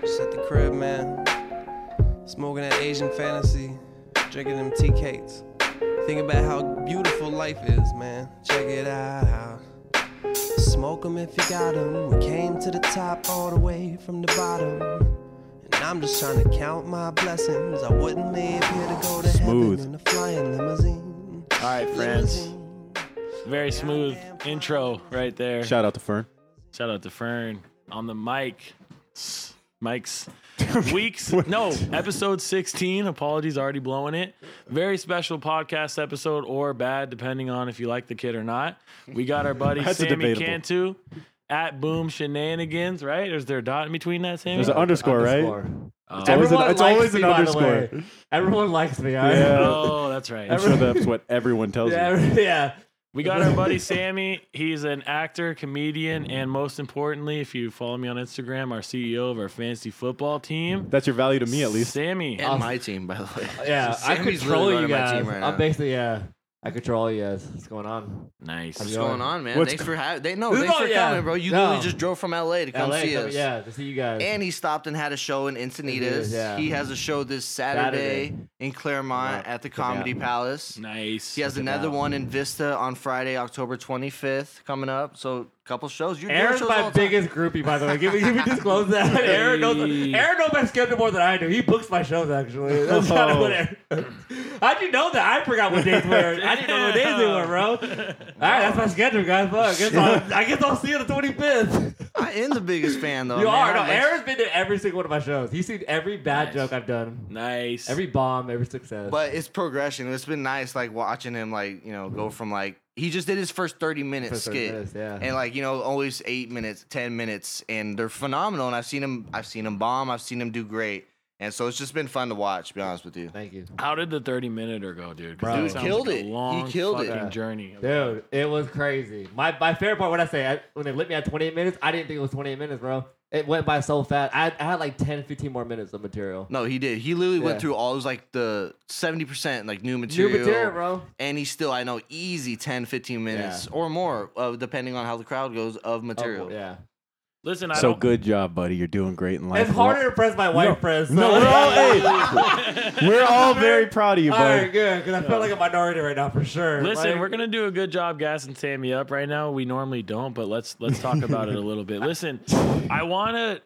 Just at the crib, man. Smoking that Asian fantasy, drinking them tea cakes. Think about how beautiful life is, man. Check it out. Smoke 'em if you got 'em. We came to the top all the way from the bottom. And I'm just trying to count my blessings. I wouldn't leave here to go to Smooth. heaven in a flying limousine. All right, friends. Limousine. Very smooth intro right there. Shout, Shout out to Fern. out to Fern on the mic. Mike's weeks. No, episode 16. Apologies, already blowing it. Very special podcast episode or bad, depending on if you like the kid or not. We got our buddy That's a Sammy debatable. Cantu at Boom Shenanigans, right? Is there a dot in between that, Sammy? Oh, There's an underscore, right? It's always an, Everyone it's likes always an me, by the underscore. way. Everyone likes me. I, Yeah. oh, that's right. I'm sure that's what everyone tells yeah, you. every- yeah. We got our buddy Sammy. He's an actor, comedian, and most importantly, if you follow me on Instagram, our CEO of our fantasy football team. That's your value to me, at least. Sammy. And my team, by the way. Yeah, I Sammy's control really you running my guys. team right I'm now. basically yeah. I control all you guys. What's going on? Nice. What's going on, man? What's thanks go- for having. They no, Who's thanks on- for yeah. coming, bro. You No. literally just drove from LA to come LA, see us. Yeah, to see you guys. And he stopped and had a show in Encinitas. Encinitas, yeah. He has a show this Saturday, Saturday. in Claremont Yeah. at the Comedy Yeah. Palace. Nice. He has another one in Vista on Friday, October 25th, coming up. So a couple shows. You're doing Aaron's shows all my the time. biggest groupie, by the way. Can we, can we disclose that? Aaron knows. Hey. Aaron knows my schedule more than I do. He books my shows actually. That's kind of what Oh. Aaron. How'd you know that? I forgot what days were. I didn't know what days they were, bro. All right, that's my schedule, guys. Fuck. I guess I'll, I guess I'll see you on the 25th. I am the biggest fan, though. You Oh, man. are. I No, like- Aaron's been to every single one of my shows. He's seen every bad joke I've done, Nice. every bomb, every success. But it's progression. It's been nice, like watching him, like you know, go from like he just did his first thirty minute First 30 skit, minutes, yeah. and like you know, always eight minutes, ten minutes, and they're phenomenal. And I've seen him, I've seen him bomb, I've seen him do great, and so it's just been fun to watch. To be honest with you, Thank you, How did the 30 minute or go, dude? 'Cause Bro. that Dude, sounds killed like a it. He long killed it. fucking journey. dude. It was crazy. My my favorite part when I say I, when they lit me at 28 minutes, I didn't think it was 28 minutes, bro. It went by so fast. I, I had like 10, 15 more minutes of material. no, he did. He literally Yeah. went through all it was like the seventy percent like new New material, material, bro. and he still, I know, easy 10, 15 minutes or more, uh, depending on how the crowd goes of material. Oh, yeah. Listen, I So don't. good job, buddy. You're doing great in life. It's harder to impress my wife friends. so- No, we're all, hey, we're all very proud of you, all right, bud. good. Because I feel like a minority right now for sure. Listen, Like- we're gonna do a good job gassing Sammy up right now. We normally don't, but let's let's talk about it a little bit. Listen, I wanna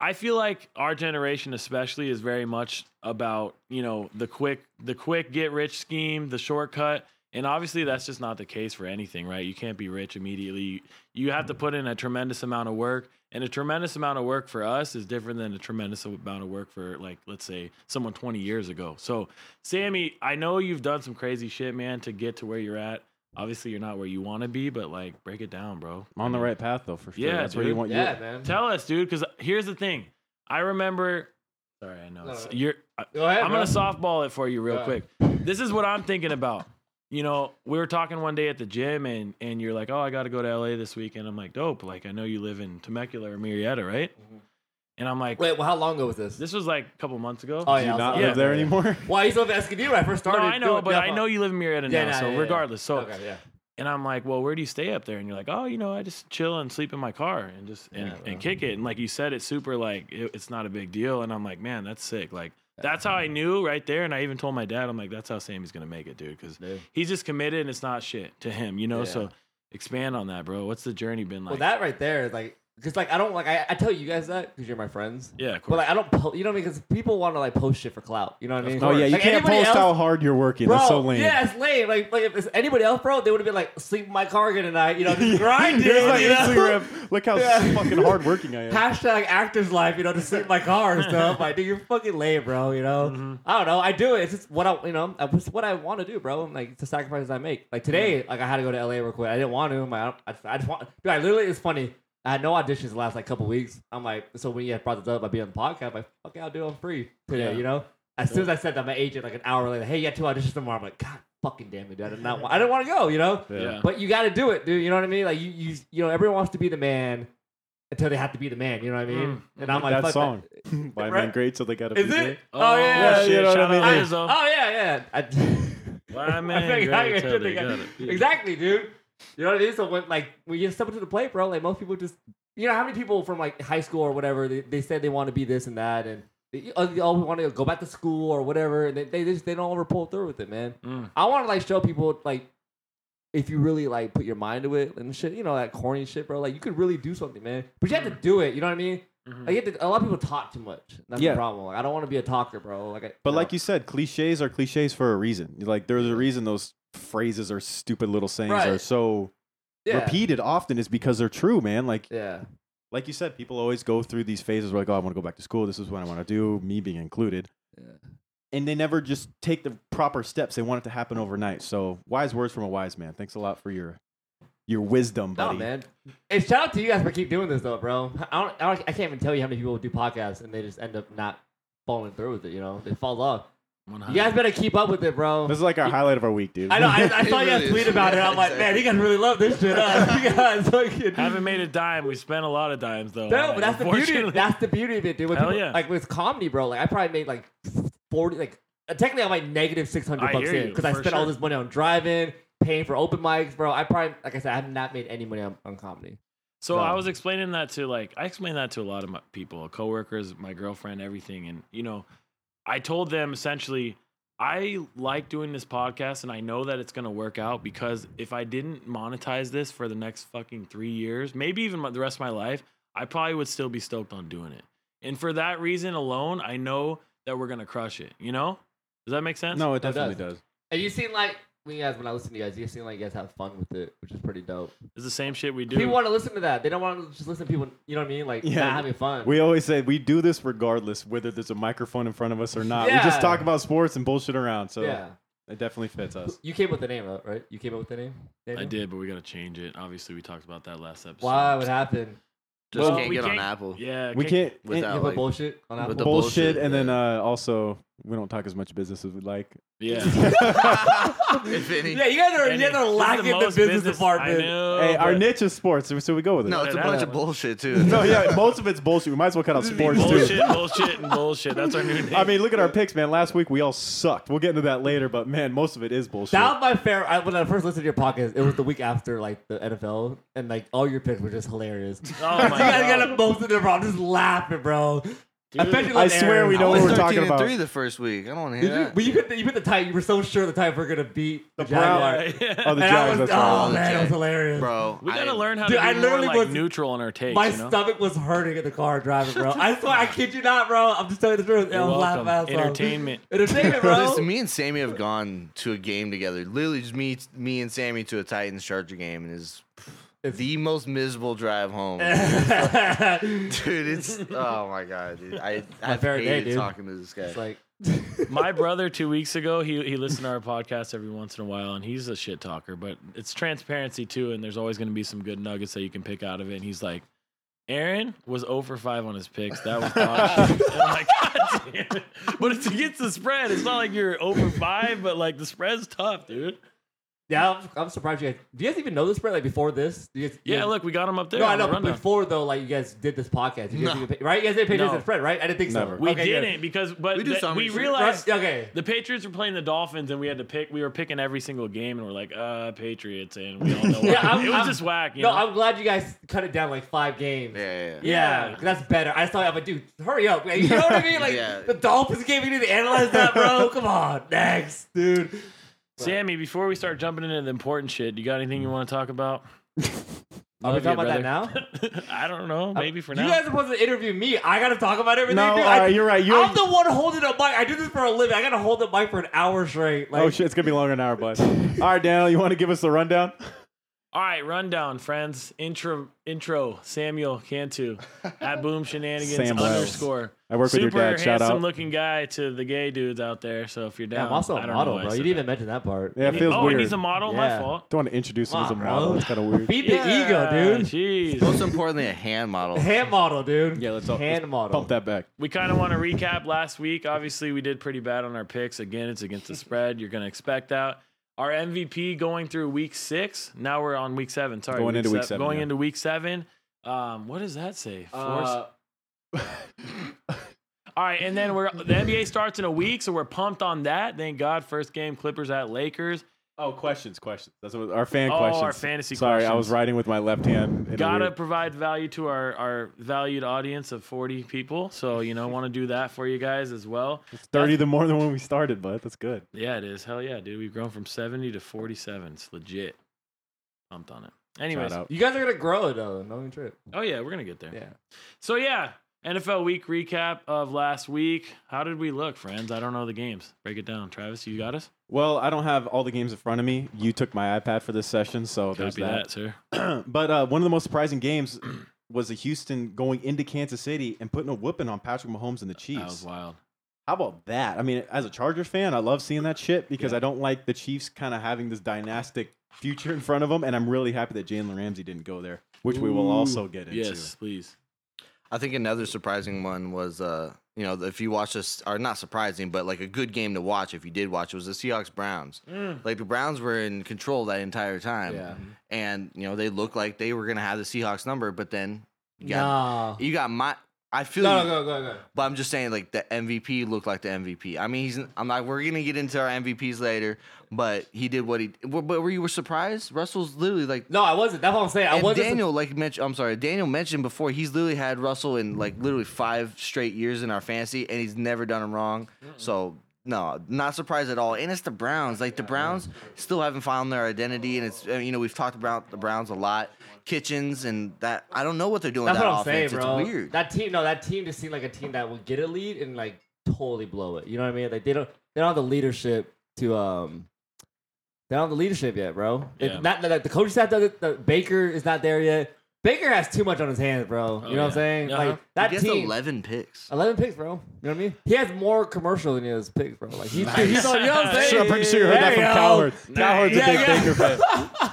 I feel like our generation especially is very much about, you know, the quick the quick get rich scheme, the shortcut. And obviously that's just not the case for anything, right? You can't be rich immediately. You have to put in a tremendous amount of work. And a tremendous amount of work for us is different than a tremendous amount of work for like let's say someone 20 years ago. So Sammy, I know you've done some crazy shit, man, to get to where you're at. Obviously, you're not where you want to be, but like, break it down, bro. I'm on the right path, though, for sure. Yeah, That's where you dude. want Yeah, your, man. Tell us, dude, because here's the thing. I remember. Sorry, I know No, it's- no. you're. uh, I, Go ahead. I'm bro. gonna softball it for you real Yeah. quick. This is what I'm thinking about. You know, we were talking one day at the gym, and and you're like, "Oh, I got to go to LA this weekend." I'm like, "Dope." Like, I know you live in Temecula or Marietta, right? Mm-hmm. And I'm like, Wait, well, how long ago was this? "This was like a couple months ago." Oh, Do yeah, you I'll not say- live yeah. there anymore? Why he's on Escondido when I first no, started? I know, doing- but yeah, I fuck. know you live in Marietta Yeah, now. nah, so yeah, yeah. regardless, so Okay, yeah. And I'm like, well, where do you stay up there? And you're like, oh, you know, I just chill and sleep in my car and just and, Yeah, bro. and kick it. And like you said, it's super like it, it's not a big deal. And I'm like, man, that's sick. Like that's how I knew right there. And I even told my dad, I'm like, that's how Sammy's gonna make it, dude, because Dude. he's just committed and it's not shit to him, you know. Yeah. So expand on that, bro. What's the journey been like? Well, that right there is like, because like I don't like I, I tell you guys that because you're my friends. yeah, of course. But like I don't, po- you know, because people want to like post shit for clout. You know what I mean? Oh, yeah, you Like, can't anybody post else- how hard you're working. Bro, That's so lame. yeah, it's lame. Like, like if it's anybody else, bro, they would have been like, sleep in my car again tonight. You know, just grinding. Here's my you know? Instagram. Look how Yeah. fucking hard working I am. Hashtag actor's life, you know, to sleep in my car and stuff. Like, dude, you're fucking lame, bro. You know, Mm-hmm. I don't know. I do it. It's just what I, you know, it's what I want to do, bro. Like it's the sacrifices I make. Like today, like I had to go to LA real quick. I didn't want to. I'm like, I, don't, I, just, I just want. Dude, I literally. It's funny. I had no auditions the last like couple weeks. I'm like, so when you had brought this up, I'd be on the podcast. I'm like, fuck, it, I'll do. it. I'm free today. Yeah. You know. As soon as I said that, my agent like an hour later, hey, you got two auditions tomorrow. I'm like, god fucking damn it, dude. I did not. Want, I didn't want to go. You know. yeah. yeah. But you got to do it, dude. You know what I mean? Like you, you, you know, everyone wants to be the man until they have to be the man. You know what I mean? And I'm like, Mm. that fuck song by Right? Man Great, so they gotta Is be it? great. Oh, yeah, yeah, you shit. know what Shout I out mean? that. Lizzo. Oh yeah, yeah. I, Why, man, Oh, I think great I till they think I- got it. Exactly, dude. You know what I mean? So when like when you step into the plate, bro, like most people just you know how many people from like high school or whatever they, they said they want to be this and that and they, oh, they all want to go back to school or whatever and they, they just they don't ever pull through with it man Mm. i want to like show people like if you really like put your mind to it and shit you know that corny shit bro like you could really do something man but you have Mm. to do it you know what i mean mm-hmm. like, you have to, a lot of people talk too much that's Yeah. the problem like i don't want to be a talker bro like I, But like you said, cliches are cliches for a reason. Like there's a reason those phrases or stupid little sayings Right. are so yeah. repeated often is because they're true, man. Like yeah like you said, people always go through these phases where like, oh, I want to go back to school. This is what I want to do, me being included. Yeah. And they never just take the proper steps. They want it to happen overnight. So wise words from a wise man. Thanks a lot for your your wisdom, No, buddy. man. Hey, shout out to you guys for keep doing this though, bro. I don't, I don't, I can't even tell you how many people do podcasts and they just end up not falling through with it. You know, they fall off. You guys better keep up with it, bro. This is like our highlight of our week, dude. I know. I, I saw It you guys really tweet is. about it. Yeah, I'm like, man, exactly. you guys really love this shit. Huh? you guys fucking. Haven't made a dime. We spent a lot of dimes though. No, but that's the beauty. Unfortunately. That's the beauty of it, dude. When Hell people, yeah. Like with comedy, bro. Like I probably made like forty. Like uh, technically, I'm like negative six hundred I bucks hear in you, because I for spent all sure. this money on driving, paying for open mics, bro. I probably, like I said, I have not made any money on, on comedy. So No. I was explaining that to like I explained that to a lot of my people, coworkers, my girlfriend, everything, and you know, I told them essentially I like doing this podcast and I know that it's going to work out because if I didn't monetize this for the next fucking 3 years, maybe even the rest of my life, I probably would still be stoked on doing it. And for that reason alone, I know that we're going to crush it, you know? Does that make sense? No, it It definitely does. does. And you seem like when you guys when I listen to you guys, you seem like you guys have fun with it, which is pretty dope. It's the same shit we do. People want to listen to that. They don't want to just listen to people. You know what I mean? Like Yeah. not having fun. We always say we do this regardless whether there's a microphone in front of us or not. We Yeah. just talk about sports and bullshit around. So yeah. it definitely fits us. You came up with the name, though, right? You came up with the name. I Daniel? did, but we got to change it. Obviously, we talked about that last episode. Why? What happened? Just Well, can't we get on can't- Apple. Yeah, We can't Without- and- You Yeah, put like- bullshit on with Apple. the bullshit, bullshit, and then yeah. uh, also we don't talk as much business as we like. Yeah. if any. yeah, you guys are And you guys it- are this is lacking the most business, department. I know, hey, our but niche is sports, so we go with it. No, it's a Yeah, bunch that- of bullshit too. No, yeah, most of it's bullshit. We might as well cut out sports bullshit, too. bullshit, and bullshit. That's our new name. I mean, look at our picks, man. Last week we all sucked. We'll get into that later, but man, most of it is bullshit. That was my favorite. I, when I first listened to your podcast, it was the week after like the NFL, and like all your picks were just hilarious. oh my you guys god, got most of them, bro. I'm just laughing, bro. Especially like I swear Aaron. we I know was what we're 13 talking and about. Three the first week. I don't wanna hear Did you, that. but you could you put the tie. You were so sure the Titans were gonna beat the, The Jaguars. Browns. Yeah. Oh, the and I Jags. was, That's oh right. man, it was hilarious. bro. we I- gotta learn how Dude, to be I literally more, like, was- neutral on our takes. My you know? stomach was hurting in the car driving, bro. I swear, I kid you not, bro. I'm just telling you the truth. You're I was laughing welcome. my ass off. Entertainment. entertainment, bro. Listen, me and Sammy have gone to a game together. Literally, just me, me and Sammy to a Titans Charger game, and is the most miserable drive home, dude. It's oh my god, dude. I I favorite day, hated dude. talking to this guy. it's like My brother two weeks ago, he he listened to our podcast every once in a while, and he's a shit talker, but it's transparency too, and there's always going to be some good nuggets that you can pick out of it. And he's like, Aaron was 0 for 5 on his picks. That was dog shit." And I'm like, God damn it. But it's against the spread. It's not like you're over 5, but like the spread's tough, dude. yeah, I'm, I'm surprised you guys. Do you guys even know this, bro? Like before this, Do you guys, Yeah, you guys- look, we got him up there. No, I on the know. But rundown. before though, like you guys did this podcast, you guys No. even pay, right? You guys didn't pay No. attention to the spread, right? I didn't think so. Never. We Okay, good. didn't because, but We th- do we, so many shit. realized Right, okay. the Patriots were playing the Dolphins, and we had to pick. We were picking every single game, and we're like, uh, Patriots, and we all know. why. I'm- it was I'm- just whack. You No, know? I'm glad you guys cut it down like five games. yeah, yeah, yeah. Yeah, Yeah. that's better. I saw it. I'm like, dude, hurry up. man. You know what I mean? Like, Yeah. the Dolphins game, you need to analyze that, bro. Come on. Next, dude. Sammy, before we start jumping into the important shit, you got anything you want to talk about? Are we Love talking you, about that now? brother. I don't know. Maybe for you now. guys are supposed to interview me. I got to talk about everything, No, dude. all I, right, you're right. You're- I'm the one holding a mic. I do this for a living. I got to hold the mic for an hour straight. Like, oh shit, it's gonna be longer than an hour, bud. All right, Daniel, you want to give us the rundown? All right, rundown, friends. Intro, intro. Samuel Cantu at Boom Shenanigans Sam Wells. underscore. I work with your Super dad, shout out. handsome looking guy to the gay dudes out there. So if you're down, I'm also I a don't model, know why I bro. You said didn't that. even mention that part. Yeah, it feels oh, weird. and he's a model. My Yeah. fault. Don't want to introduce him as a Come on, model. bro. It's kind of weird. Feed the ego, dude. Jeez. Most importantly, a hand model. Hand model, dude. Yeah, let's all- hand model. Pump that back. we kind of want to recap last week. Obviously, we did pretty bad on our picks. Again, it's against the spread. You're going to expect that. Our MVP going through week six. Now we're on week seven. Sorry, Going into week se- seven, Going yeah. into week seven. Um, what does that say? Four. Uh, All right, and then we're the NBA starts in a week, so we're pumped on that. Thank God. First game, Clippers at Lakers. Oh, questions, questions. That's what, our fan Oh, our questions. fantasy Sorry, I was questions. writing with my left hand. in a Gotta weird- provide value to our, our valued audience of 40 people. So, you know, want to do that for you guys as well. It's thirty the more than when we started, but that's good. Yeah, it is. Hell yeah, dude. We've grown from 70 to 47. It's legit. Pumped on it. Anyways. Shout out. You guys are gonna grow it though. No even trip. Oh, yeah, we're going to get there. Yeah. So, yeah, NFL week recap of last week. How did we look, friends? I don't know the games. Break it down. Travis, you got us? Well, I don't have all the games in front of me. You took my iPad for this session, so Oh, there's Copy that, sir. but uh, one of the most surprising games was the Houston going into Kansas City and putting a whooping on Patrick Mahomes and the That was Chiefs. wild. How about that? I mean, as a Chargers fan, I love seeing that shit because Yeah. I don't like the Chiefs kind of having this dynastic future in front of them, and I'm really happy that Jalen Ramsey didn't go there, which we will Ooh. also get into. Yes, please. I think another surprising one was, uh, you know, if you watch this, or not surprising, but like a good game to watch if you did watch, it was the Seahawks Browns. Mm. Like the Browns were in control that entire time. Yeah. And, you know, they looked like they were going to have the Seahawks number, but then you got, Nah. you got my. I feel No, no, you, go, go, go. but I'm just saying, like the MVP looked like the MVP. I mean, he's. I'm not. We're gonna get into our MVPs later, but he did what he. But were you were surprised? Russell's literally like No, I wasn't. That's what I'm saying. I and wasn't. Daniel, like mentioned, I'm sorry, Daniel mentioned before, he's literally had Russell in like literally five straight years in our fantasy, and he's never done him wrong. So no, not surprised at all. And it's the Browns. Like the Browns still haven't found their identity, and it's uh, you know we've talked about the Browns a lot, Kitchens and that. I don't know what they're doing. That's with what I'm that saying, offense. bro. It's weird. That team, no, that team just seemed like a team that will get a lead and like totally blow it. You know what I mean? Like they don't, they don't have the leadership to um, they don't have the leadership yet, bro. If Yeah. Not like the coaching staff doesn't. The, Baker is not there yet. Baker has too much on his hands, bro. Oh, you know what I'm yeah. saying? Uh-huh. Like that he gets team. 11 picks. 11 picks, bro. You know what I mean? He has more commercial than he has picks, bro. Like he's, he's on, you know what I'm saying? Sure, I'm pretty sure you heard that There from you go. Cowherd. Cowherd's Yeah, a big yeah. Baker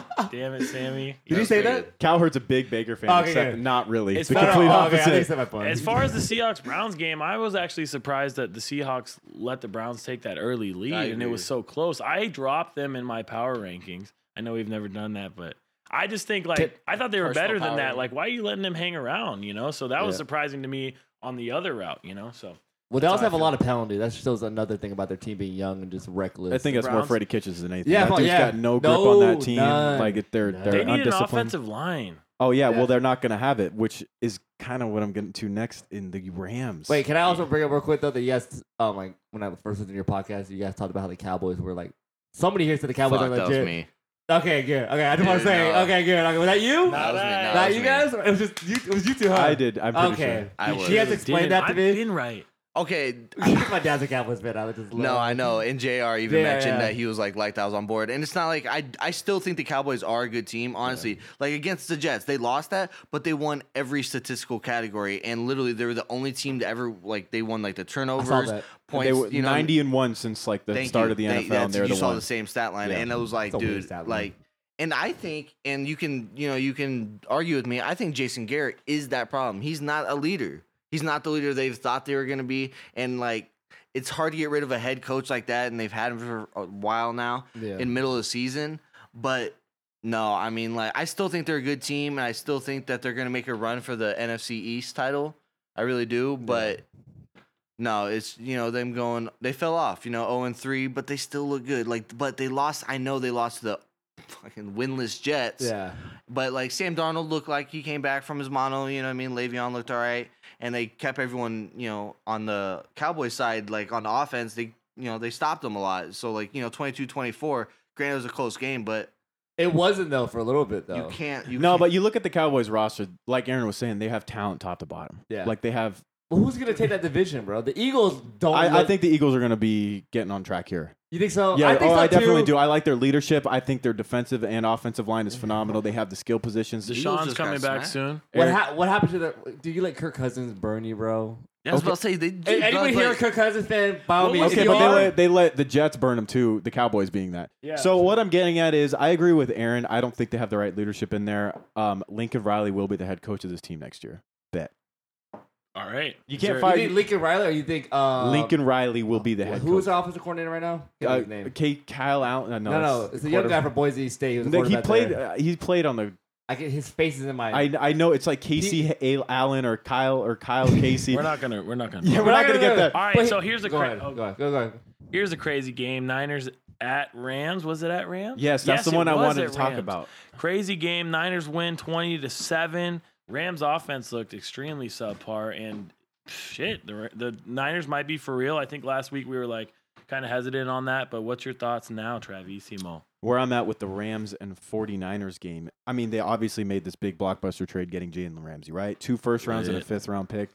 fan. Damn it, Sammy. Did you That's say pretty that? good. Cowherd's a big Baker fan, Okay, except good. not really. It's the not at complete Oh, okay, I opposite. think it's not my point. As far as the Seahawks Browns game, I was actually surprised that the Seahawks let the Browns take that early lead I and it agree. was so close. I dropped them in my power rankings. I know we've never done that, but I just think like I thought they were Personal better than power that. ranking. Like, why are you letting them hang around? You know, so that was Yeah. surprising to me on the other route. You know, so Well, they That's also how I have a feel. lot of penalty. That's just another thing about their team being young and just reckless. I think The that's more Browns- Freddie Kitchens than anything. Yeah, that fuck dude's yeah. got no grip on that No, team. none. Like it- they're None. they're they need an undisciplined. offensive line. Oh yeah, Yeah. well they're not going to have it, which is kind of what I'm getting to next in the Rams. Wait, can I also bring up real quick though that yes, um, like when I first was in your podcast, you guys talked about how the Cowboys were like somebody here said the Cowboys Fuck, are that was legit. me. Okay, good. Okay, I just want to Dude, say. no. Okay, good. Okay, was that you? That was me. That Not was you me. guys? It was just you. It was you two. Huh? I did. I'm pretty okay, I you, was. you guys explained that to I've me. been right. Okay. my dad's a Cowboys fan. I was just No, I know. And JR even Yeah, mentioned yeah. that he was like, like that was on board. And it's not like I I still think the Cowboys are a good team, honestly. Like against the Jets, they lost that, but they won every statistical category. And literally they were the only team to ever like they won like the turnovers, that. points, they were you know. 90 and one since like the Thank start you. of the They- NFL, that's- and they're you the saw one. the same stat line, Yeah. and it was like, It's a weird dude, stat line. like, and I think, and you can, you know, you can argue with me. I think Jason Garrett is that problem. He's not a leader. He's not the leader they've thought they were going to be, and like, it's hard to get rid of a head coach like that, and they've had him for a while now Yeah. in middle of the season, but. No, I mean, like, I still think they're a good team, and I still think that they're going to make a run for the NFC East title. I really do, but no, it's you know them going. They fell off, you know, zero and three, but they still look good. Like, but they lost. I know they lost to the fucking winless Jets. Yeah, But like Sam Darnold looked like he came back from his mono. You know what I mean? Le'Veon looked all right, and they kept everyone you know on the Cowboys side, like on the offense. They you know they stopped them a lot. So like you know 22-24. Granted, it was a close game, but it wasn't though for a little bit though. you can't. You No, can't- but you look at the Cowboys roster. Like Aaron was saying, they have talent top to bottom. Yeah. like they have. But who's gonna take that division, bro? The Eagles don't. I, I Oh, let- think the Eagles are going to be getting on track here. you think so. Yeah, I think oh, so I definitely too. do. I like their leadership. I think their defensive and offensive line is phenomenal. They have the skill positions. Eagles Deshaun's just coming got back smacked. soon. What, Eric- ha- what happened to the? Do you let Kirk Cousins burn you, bro? Yeah, I was Okay. about to say they. dude, Hey, anybody but, here a like, Kirk Cousins fan? By all Well, means, If Okay, you but they are- let, they let the Jets burn them too. The Cowboys being that. Yeah. So what I'm getting at is, I agree with Aaron. I don't think they have the right leadership in there. Um, Lincoln Riley will be the head coach of this team next year. Bet All right, you can't can't Sure. you fire think Lincoln Riley, or you think uh, Lincoln Riley will be the head Who was coach. our offensive coordinator right now? Can't Uh, remember his name. Kate Kyle Allen. uh, No, No, no, that's it's the a young guy quarterback. from Boise State. He, was a Like, he quarterback played. there. Uh, he played on the. I can, his face is in my. I, I know it's like Casey A- Allen or Kyle or Kyle Casey. we're not gonna. We're not gonna. yeah, we're, not gonna get that. All right, But- so here's a go cra- ahead, oh. go ahead, go, go ahead. Here's a crazy game. Niners at Rams. Was it at Rams? Yes, that's the it one I was wanted at to talk Rams. about. Crazy game. Niners win twenty to seven. Rams offense looked extremely subpar, and shit, the the Niners might be for real. I think last week we were like kind of hesitant on that, but what's your thoughts now, Travissimo? Where I'm at with the Rams and 49ers game. I mean, they obviously made this big blockbuster trade getting Jalen Ramsey, right? Two first rounds and a Right. fifth round pick.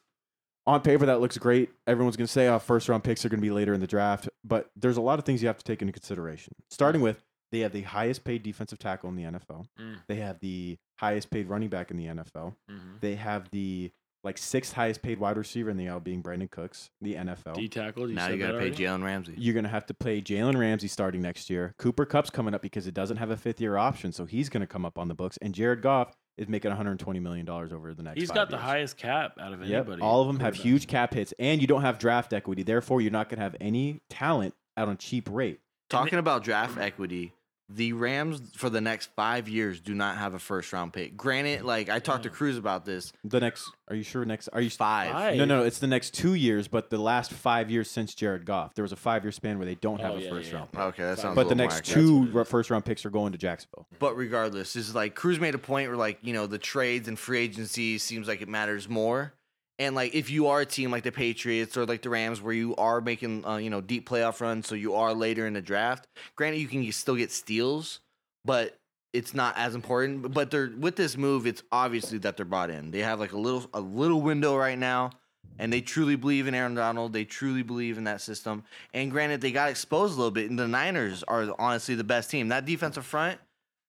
On paper, that looks great. Everyone's going to say, oh, first round picks are going to be later in the draft. But there's a lot of things you have to take into consideration. Starting with, they have the highest paid defensive tackle in the NFL, Mm. they have the highest paid running back in the NFL. Mm-hmm. They have the like sixth highest paid wide receiver in the L being Brandon Cooks, the NFL. D tackle. Now you got to pay Jalen Ramsey. You're gonna have to play Jalen Ramsey starting next year. Cooper Cup's coming up because it doesn't have a fifth year option, so he's gonna come up on the books. And Jared Goff is making 120 million dollars over the next. He's five got the years. highest cap out of Yep, anybody. all of them have Quarterback. huge cap hits, and you don't have draft equity. Therefore, you're not gonna have any talent out on cheap rate. Talking about draft equity, the Rams for the next five years do not have a first round pick. Granted, like I talked to Cruz about this. The next, are you sure? Next, are you Five. Five. No, no, it's the next two years, but the last five years since Jared Goff, there was a five year span where they don't have Oh, a yeah, first yeah, round. yeah. Okay, that sounds. a But the little more next accurate. two it ru- first round picks are going to Jacksonville. But regardless, this is like Cruz made a point where like you know the trades and free agency seems like it matters more. And like if you are a team like the Patriots or like the Rams where you are making uh, you know deep playoff runs, so you are later in the draft. Granted, you can still get steals, but it's not as important. But they're with this move, it's obviously that they're bought in. They have like a little a little window right now. And they truly believe in Aaron Donald. They truly believe in that system. And granted, they got exposed a little bit. And the Niners are honestly the best team. That defensive front,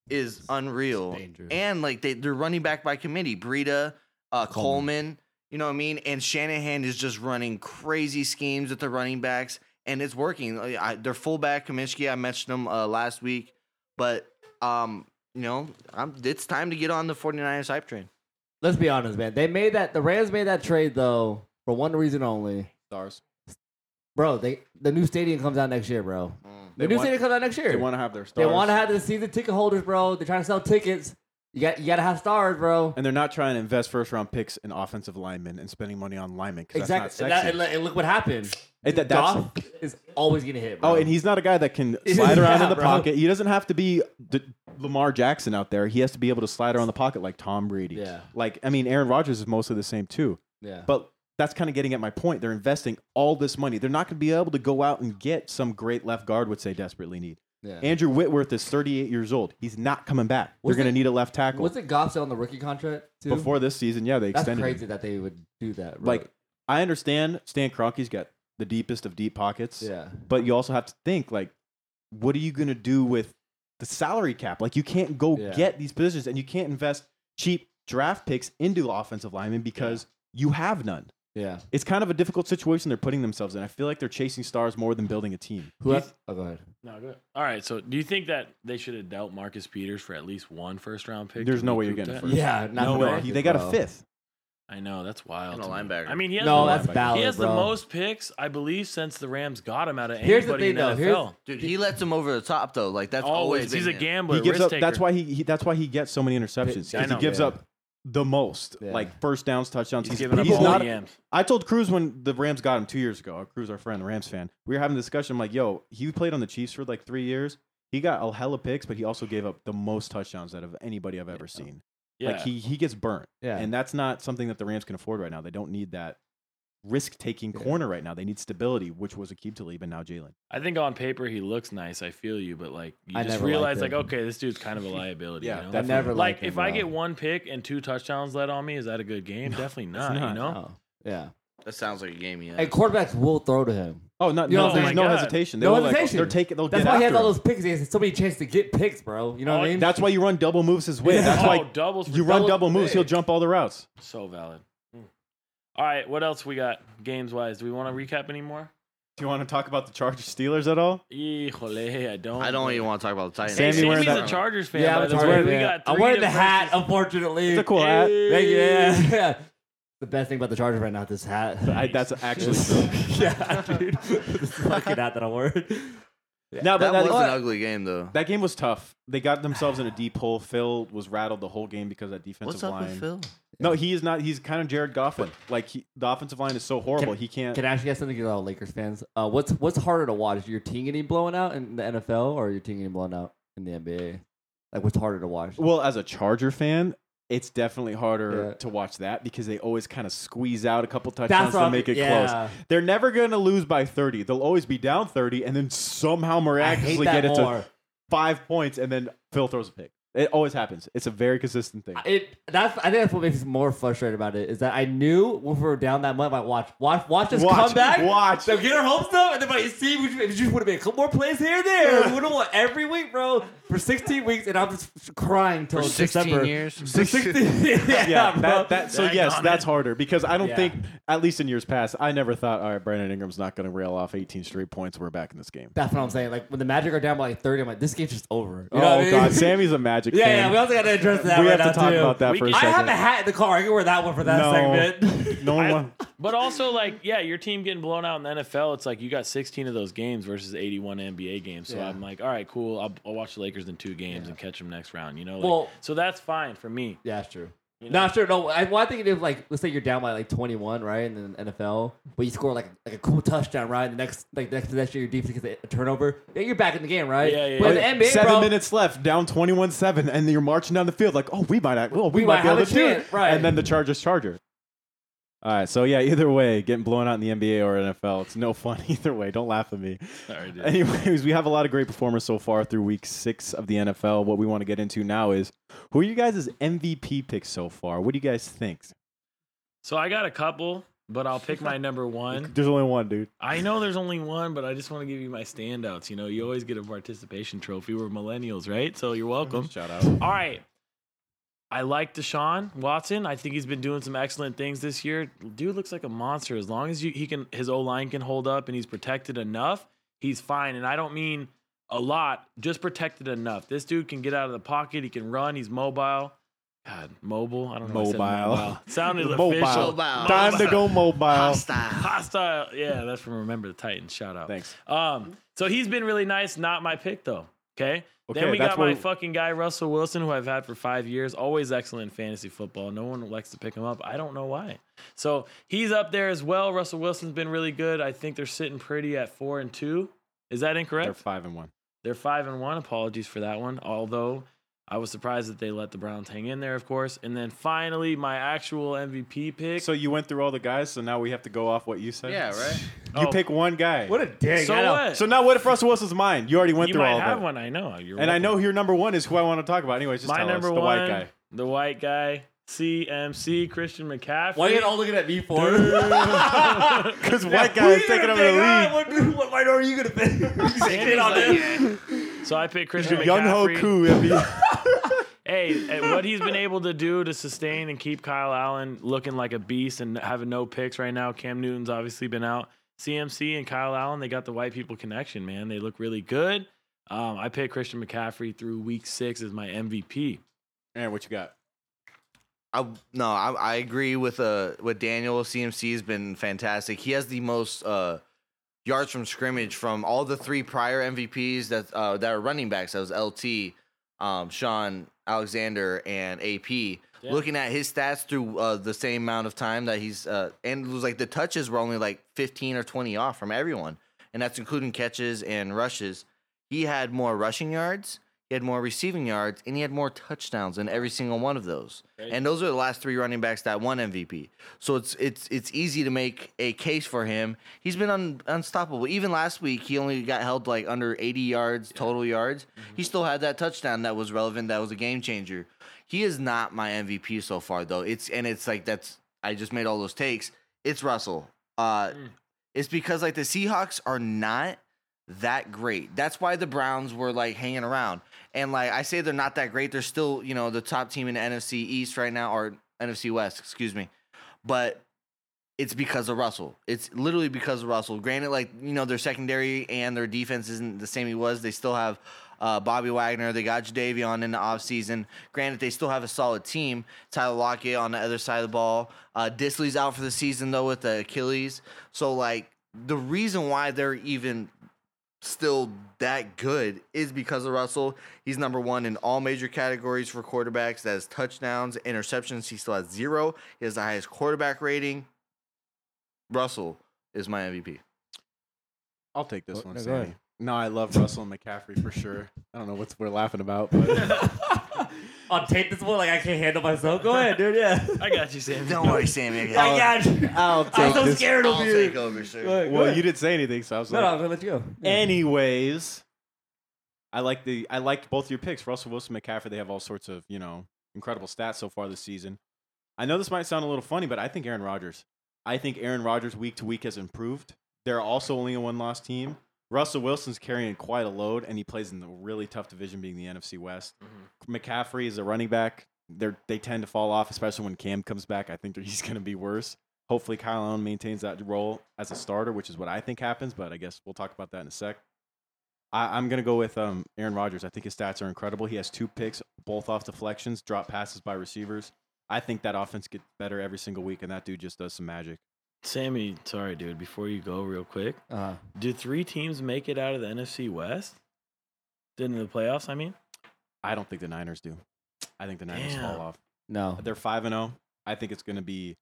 is unreal. dangerous. And like they, they're running back by committee. Breida, uh, Coleman. Coleman. you know what I mean? And Shanahan is just running crazy schemes with the running backs, and it's working. Like, I, their fullback, Kaminsky, I mentioned him uh, last week, but um, you know, I'm, it's time to get on the 49ers hype train. Let's be honest, man. They made that. The Rams made that trade though for one reason only, Stars. bro. They the new stadium comes out next year, bro. The Mm. They new want- stadium comes out next year. They want to have their stars. They want to have the season ticket holders, bro. They're trying to sell tickets. You got you got to have stars, bro. and they're not trying to invest first round picks in offensive linemen and spending money on linemen because that's exactly. not And, that- and look- sexy. and look what happened. Hey, that- that's- Goff is always gonna hit. Bro. oh, and he's not a guy that can slide around Yeah, in the bro. pocket. He doesn't have to be the Lamar Jackson out there. He has to be able to slide around the pocket like Tom Brady. Yeah. Like I mean, Aaron Rodgers is mostly the same too. yeah. But that's kind of getting at my point. They're investing all this money. They're not going to be able to go out and get some great left guard, which they desperately need. Yeah. Andrew Whitworth is 38 years old. He's not coming back. Was They're going it- to need a left tackle. What's it Goff still on the rookie contract too? Before this season, yeah, they that's extended. him. crazy that they would do that. Bro. Like I understand Stan Kroenke's got the deepest of deep pockets, yeah, but you also have to think like, what are you gonna do with the salary cap? Like you can't go Yeah. get these positions, and you can't invest cheap draft picks into offensive linemen because you have none. yeah. It's kind of a difficult situation they're putting themselves in. I feel like they're chasing stars more than building a team. Who else? Oh, go ahead. No, good. All right. So, do you think that they should have dealt Marcus Peters for at least one first round pick? There's to no way you're recoup getting a that? First- Yeah, not No for way. Marcus, He- they got bro. a fifth. I know that's wild. And a to me. linebacker. I mean, he has No, the, that's valid. he has the bro. most picks, I believe, since the Rams got him out of Here's the anybody thing, though. in the Here's- NFL. Dude, he lets him over the top though. Like that's always, Always, he's a been him. gambler. he gives risk up. Taker. That's why he, he. That's why he gets so many interceptions. I Because he know. gives Yeah. up the most, Yeah. like first downs, touchdowns. he's, giving up he's all not, the yams. I told Cruz when the Rams got him two years ago. Cruz, our friend, a Rams fan, we were having a discussion. I'm like, yo, he played on the Chiefs for like three years. He got a hella picks, but he also gave up the most touchdowns out of anybody I've ever seen. Yeah. Like he he gets burnt. Yeah. And that's not something that the Rams can afford right now. They don't need that risk taking corner right now. They need stability, which was Akeem Talib and now Jalen. I think on paper he looks nice. I feel you, but like you I just never realize, like, liked him. okay, this dude's kind of a liability. Yeah, you know? I definitely. never like liked him, if I bro. get one pick and two touchdowns let on me, is that a good game? Definitely not, not. You know, Oh, yeah, That sounds like a game. Yeah. and quarterbacks will throw to him. Oh, not, You know no, what I'm there's saying? no Oh my God. hesitation. They No were like, hesitation. they're taking. They'll That's get why he after has all him. those picks. He has so many chances to get picks, bro. You know what I mean? That's why you run double moves his way. That's oh, why doubles. For you run double double moves. He'll pick. jump all the routes. So valid. Mm. All right, what else we got games wise? Do we want to recap anymore? Do you want to talk about the Chargers Steelers at all? Híjole, I don't. I don't but- even want to talk about the Titans. Hey, Sammy wearing Sammy's that- a Chargers fan. yeah, by I'm the a way. Chargers We fan. got I'm three wearing the different- hat, unfortunately. It's a cool hat. Thank you. Yeah. the best thing about the Chargers right now is this hat. I, that's actually true. yeah, dude. this fucking hat that I'm wearing. No, but That, that, was that- an ugly game though. that game was tough. They got themselves in a deep hole. Phil was rattled the whole game because of that defensive What's up line. with Phil? No, he is not. He's kind of Jared Goffin. Like he, the offensive line is so horrible, he can't. Can I actually get something to all Lakers fans? Uh, what's what's harder to watch? Your team getting blown out in the NFL or your team getting blown out in the NBA? Like what's harder to watch? well, as a Charger fan, it's definitely harder Yeah. to watch that because they always kind of squeeze out a couple touchdowns to what- make it yeah. close. They're never going to lose by thirty. They'll always be down thirty, and then somehow I hate miraculously that get it more. to five points, and then Phil throws a pick. It always happens. It's a very consistent thing. It that's I think that's what makes me more frustrated about it is that I knew when we were down that much, I watch watch watch us Watch, come back, watch. so get our hopes up, and then like, see we just, would have been a couple more plays here and there. We would have won every week, bro, for 16 weeks, and I'm just crying Oh, till For 16 December. years. For 16, yeah, yeah, bro. that, that, so Dang yes, on that's it. harder because I don't Yeah. think, at least in years past, I never thought, all right, Brandon Ingram's not going to rail off 18 straight points. We're back in this game. That's what I'm saying. Like when the Magic are down by like 30, I'm like, this game's just over. You know oh what I mean? God, Sammy's a magic. Yeah, fan. yeah. We also got to address that. We have right now to talk too. about that We for a can- I second. have a hat in the car. I can wear that one for that no, segment. no one. I- wa- But also, like, yeah, your team getting blown out in the NFL, it's like you got 16 of those games versus 81 NBA games. So Yeah. I'm like, all right, cool. I'll, I'll watch the Lakers in two games and catch them next round. You know, like, Well- so that's fine for me. yeah, that's true. No, sure. No, I, well, I think if like let's say you're down by like 21, right, in the NFL, but you score like like a cool touchdown, right? The next like the next possession, your defense gets a turnover. Yeah, you're back in the game, right? Yeah, yeah, But yeah. in the NBA, Seven bro, minutes left, down twenty-one-seven, and you're marching down the field like, oh, we might, act, well, we, We might, might be have able a to do chance, it. right. And then the Chargers, Charger. All right, so yeah, either way, getting blown out in the NBA or NFL, it's no fun either way. Don't laugh at me. Sorry, dude. Anyways, we have a lot of great performers so far through week six of the NFL. What we want to get into now is who are you guys' MVP picks so far? What do you guys think? So I got a couple, but I'll pick my number one. There's only one, dude. I know there's only one, but I just want to give you my standouts. You know, you always get a participation trophy. We're millennials, right? So you're welcome. Shout out. All right. I like Deshaun Watson. I think he's been doing some excellent things this year. Dude looks like a monster. As long as you, he can, his O line can hold up, and he's protected enough, he's fine. And I don't mean a lot, just protected enough. This dude can get out of the pocket. He can run. He's mobile. God, mobile. I don't know. why I said Mobile. mobile. Sounded Mobile. official. Mobile. Time to go mobile. Hostile. Hostile. Yeah, that's from Remember the Titans. Shout out. Thanks. Um, so he's been really nice. Not my pick though. Okay. Okay, then we that's got my where- fucking guy Russell Wilson, who I've had for five years. Always excellent in fantasy football. No one likes to pick him up. I don't know why. So he's up there as well. Russell Wilson's been really good. I think they're sitting pretty at four and two. Is that incorrect? They're five and one. They're five and one. Apologies for that one. Although I was surprised that they let the Browns hang in there, of course. And then finally, my actual MVP pick. So you went through all the guys, so now we have to go off what you said. Yeah, right. You Oh. pick one guy. what a dick. So I know. what? so now what if Russell Wilson's mine? You already went you through might all have of it. one. I know. You're And I welcome. know your number one is who I want to talk about. Anyways, just My tell number us, the one, white guy. the white guy, CMC, Christian McCaffrey. Why are you all looking at me for? it? Because white Who guy is you taking gonna over the pick? ah, league. All right, What, what minority are you gonna pick? You hit on this. so I picked Christian McCaffrey. Young Ho Koo. if he- Hey, and what he's been able to do to sustain and keep Kyle Allen looking like a beast and having no picks right now. Cam Newton's obviously been out. CMC and Kyle Allen, they got the white people connection, man. They look really good. Um, I picked Christian McCaffrey through week six as my MVP. Aaron, what you got? I, no, I, I agree with uh with Daniel. CMC has been fantastic. He has the most uh yards from scrimmage from all the three prior MVPs that uh, that are running backs. That was LT, um, Sean Alexander, and AP. Looking at his stats through uh, the same amount of time that he's uh, and it was like the touches were only like fifteen or twenty off from everyone, and that's including catches and rushes. He had more rushing yards, he had more receiving yards, and he had more touchdowns than every single one of those. And those are the last three running backs that won MVP. So it's it's it's easy to make a case for him. He's been un, unstoppable. Even last week, he only got held like under 80 yards total yards. He still had that touchdown that was relevant. That was a game changer. He is not my MVP so far though. It's and it's like that's I just made all those takes. It's Russell. Uh, It's because like the Seahawks are not that great. That's why the Browns were like hanging around. And like I say they're not that great. They're still, you know, the top team in the NFC East right now or NFC West, excuse me. But it's because of Russell. It's literally because of Russell. Granted, like, you know, their secondary and their defense isn't the same he was. They still have uh, Bobby Wagner. They got Jadavion in the offseason. Granted, they still have a solid team. Tyler Lockett on the other side of the ball. Uh, Disley's out for the season, though, with the Achilles. So, like, the reason why they're even still that good is because of Russell. He's number one in all major categories for quarterbacks. That is touchdowns, interceptions. He still has zero. He has the highest quarterback rating. Russell is my MVP. I'll take this Oh, one, no, go Sammy. ahead. No, I love Russell and McCaffrey for sure. I don't know what we're laughing about, but I'll take this one like I can't handle myself. Go ahead, dude. Yeah. I got you, Sam. Don't worry, Sammy. I I got got you. I'll I'm take so this. scared I'll of take you. over, sir. Go ahead, go Well, ahead. you didn't say anything, so I was No, like, no, I'm gonna let you go. Anyways, I like the I liked both your picks, Russell Wilson, McCaffrey. They have all sorts of you know incredible stats so far this season. I know this might sound a little funny, but I think Aaron Rodgers. I think Aaron Rodgers week to week has improved. They're also only a one loss team. Russell Wilson's carrying quite a load, and he plays in the really tough division, being the NFC West. McCaffrey is a running back. They they tend to fall off, especially when Cam comes back. I think that he's going to be worse. Hopefully, Kyle Allen maintains that role as a starter, which is what I think happens. But I guess we'll talk about that in a sec. I, I'm going to go with um, Aaron Rodgers. I think his stats are incredible. He has two picks, both off deflections, drop passes by receivers. I think that offense gets better every single week, and that dude just does some magic. Sammy, sorry, dude. Before you go, real quick, Uh, did three teams make it out of the NFC West? Didn't the playoffs? I mean, I don't think the Niners do. I think the Niners Damn. fall off. no. They're five and zero. I think it's going to be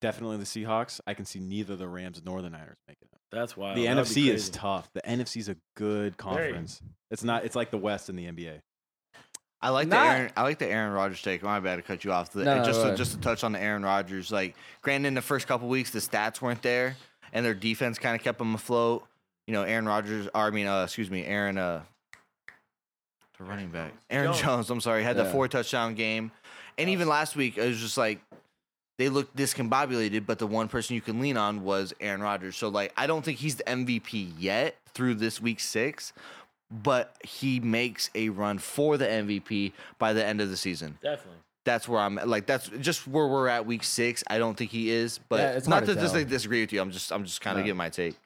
definitely the Seahawks. I can see neither the Rams nor the Niners making it. that's wild. the That would be NFC is crazy. tough. The NFC is a good conference. It's not. It's like the West in the NBA. I like Not- the Aaron. I like the Aaron Rodgers take. My bad to cut you off. The, No, no, go just to, ahead. just to touch on the Aaron Rodgers. Like, granted, in the first couple weeks, the stats weren't there, and their defense kind of kept them afloat. You know, Aaron Rodgers. Or, I mean, uh, excuse me, Aaron. Uh, the running back, Aaron Jones. Jones. I'm sorry, had the Yeah. four touchdown game, and even last week, it was just like they looked discombobulated, but the one person you can lean on was Aaron Rodgers. So like I don't think he's the MVP yet through this week six, but he makes a run for the MVP by the end of the season. definitely. That's where I'm like that's just where we're at week six. I don't think he is, but Yeah, it's not hard to to just tell. like disagree with you. I'm just I'm just kind of No. getting my take.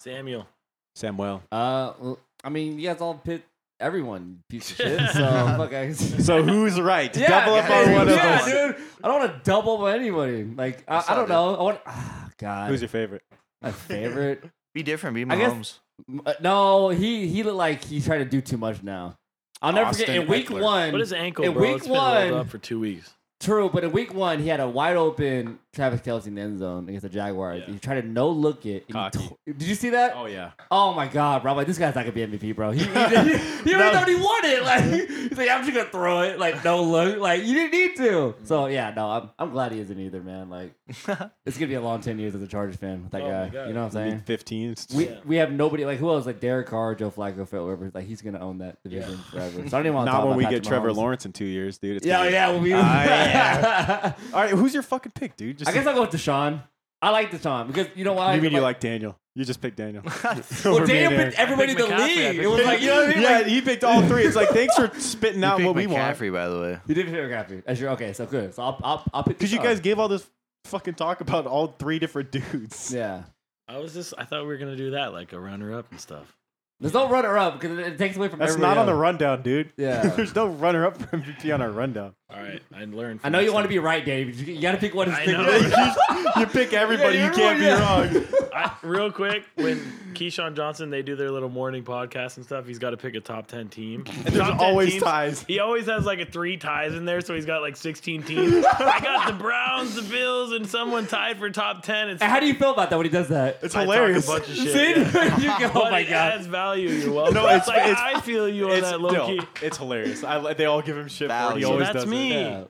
Samuel, Samuel. Uh, well, I mean, you guys all pit everyone you piece of shit. So fuck, I So who's right? Yeah, Double up on yeah, one of yeah, us. dude. I don't want to double up on anybody. Like I, What's I up, don't dude? know. I want ah, God. Who's your favorite? my favorite? Be different, be I guess- Mahomes. M- uh, no, he he looked like he tried to do too much now. I'll never forget Austin in week Eckler. one. what is the ankle, in bro? week it's been rolled one- up for two weeks. True, but in week one he had a wide open Travis Kelsey in the end zone against the Jaguars. Yeah. He tried to no look it. and he Cocky. to- did you see that? Oh yeah. Oh my god, bro! I'm like, this guy's not gonna be MVP, bro. He, he, he, he already thought he won it. Like, he's like, I'm just gonna throw it. Like, no look. Like, you didn't need to. So yeah, no, I'm, I'm glad he isn't either, man. Like, it's gonna be a long ten years as a Chargers fan with that Oh my guy. God. You know what I'm I mean, saying? Fifteen. We Yeah. we have nobody like who else like Derek Carr, Joe Flacco, Phil Rivers. Like, he's gonna own that division forever. So I don't even want to Not talk when we about get Patrick Trevor Mahomes. Lawrence in two years, dude. It's Yeah, oh, gonna be- yeah, when we. yeah. All right, who's your fucking pick, dude? Just I guess I'll go with Deshaun. I like Deshaun because you know why? you mean you Like- like Daniel? You just picked Daniel. Over well, me and Daniel Aaron. picked everybody in the McCaffrey, I league. picked- It was like you know what I mean? yeah, Like, he picked all three. It's like thanks for spitting out you what we picked want. McCaffrey, by the way. You did pick McCaffrey. That's your okay. So good. So I'll I'll, I'll pick Because you Deshaun. guys gave all this fucking talk about all three different dudes. Yeah. I was just, I thought we were gonna do that, like a runner up and stuff. There's no runner up because it, it takes away from. That's everybody not on the else. rundown, dude. Yeah. There's no runner up for MVP on our rundown. All right, I learned. I know you want to be right, Danny. But you, you got to pick one. to I stick know. with. you pick everybody. Yeah, you can't be everyone, wrong. I, real quick, when Keyshawn Johnson they do their little morning podcast and stuff, he's got to pick a top ten team. And There's always ties. He always has like a three ties in there, so he's got like sixteen teams. I got the Browns, the Bills, and someone tied for top ten. It's And How do you feel about that when he does that? It's I talk hilarious. a bunch of shit. See? yeah. you go, oh But my it god. adds value. You're welcome. No, it's- it's, like it's- I feel you on It's, that low no, key. it's hilarious. I, li- they all give him shit for it. He Value. So always that's does me. it. Yeah.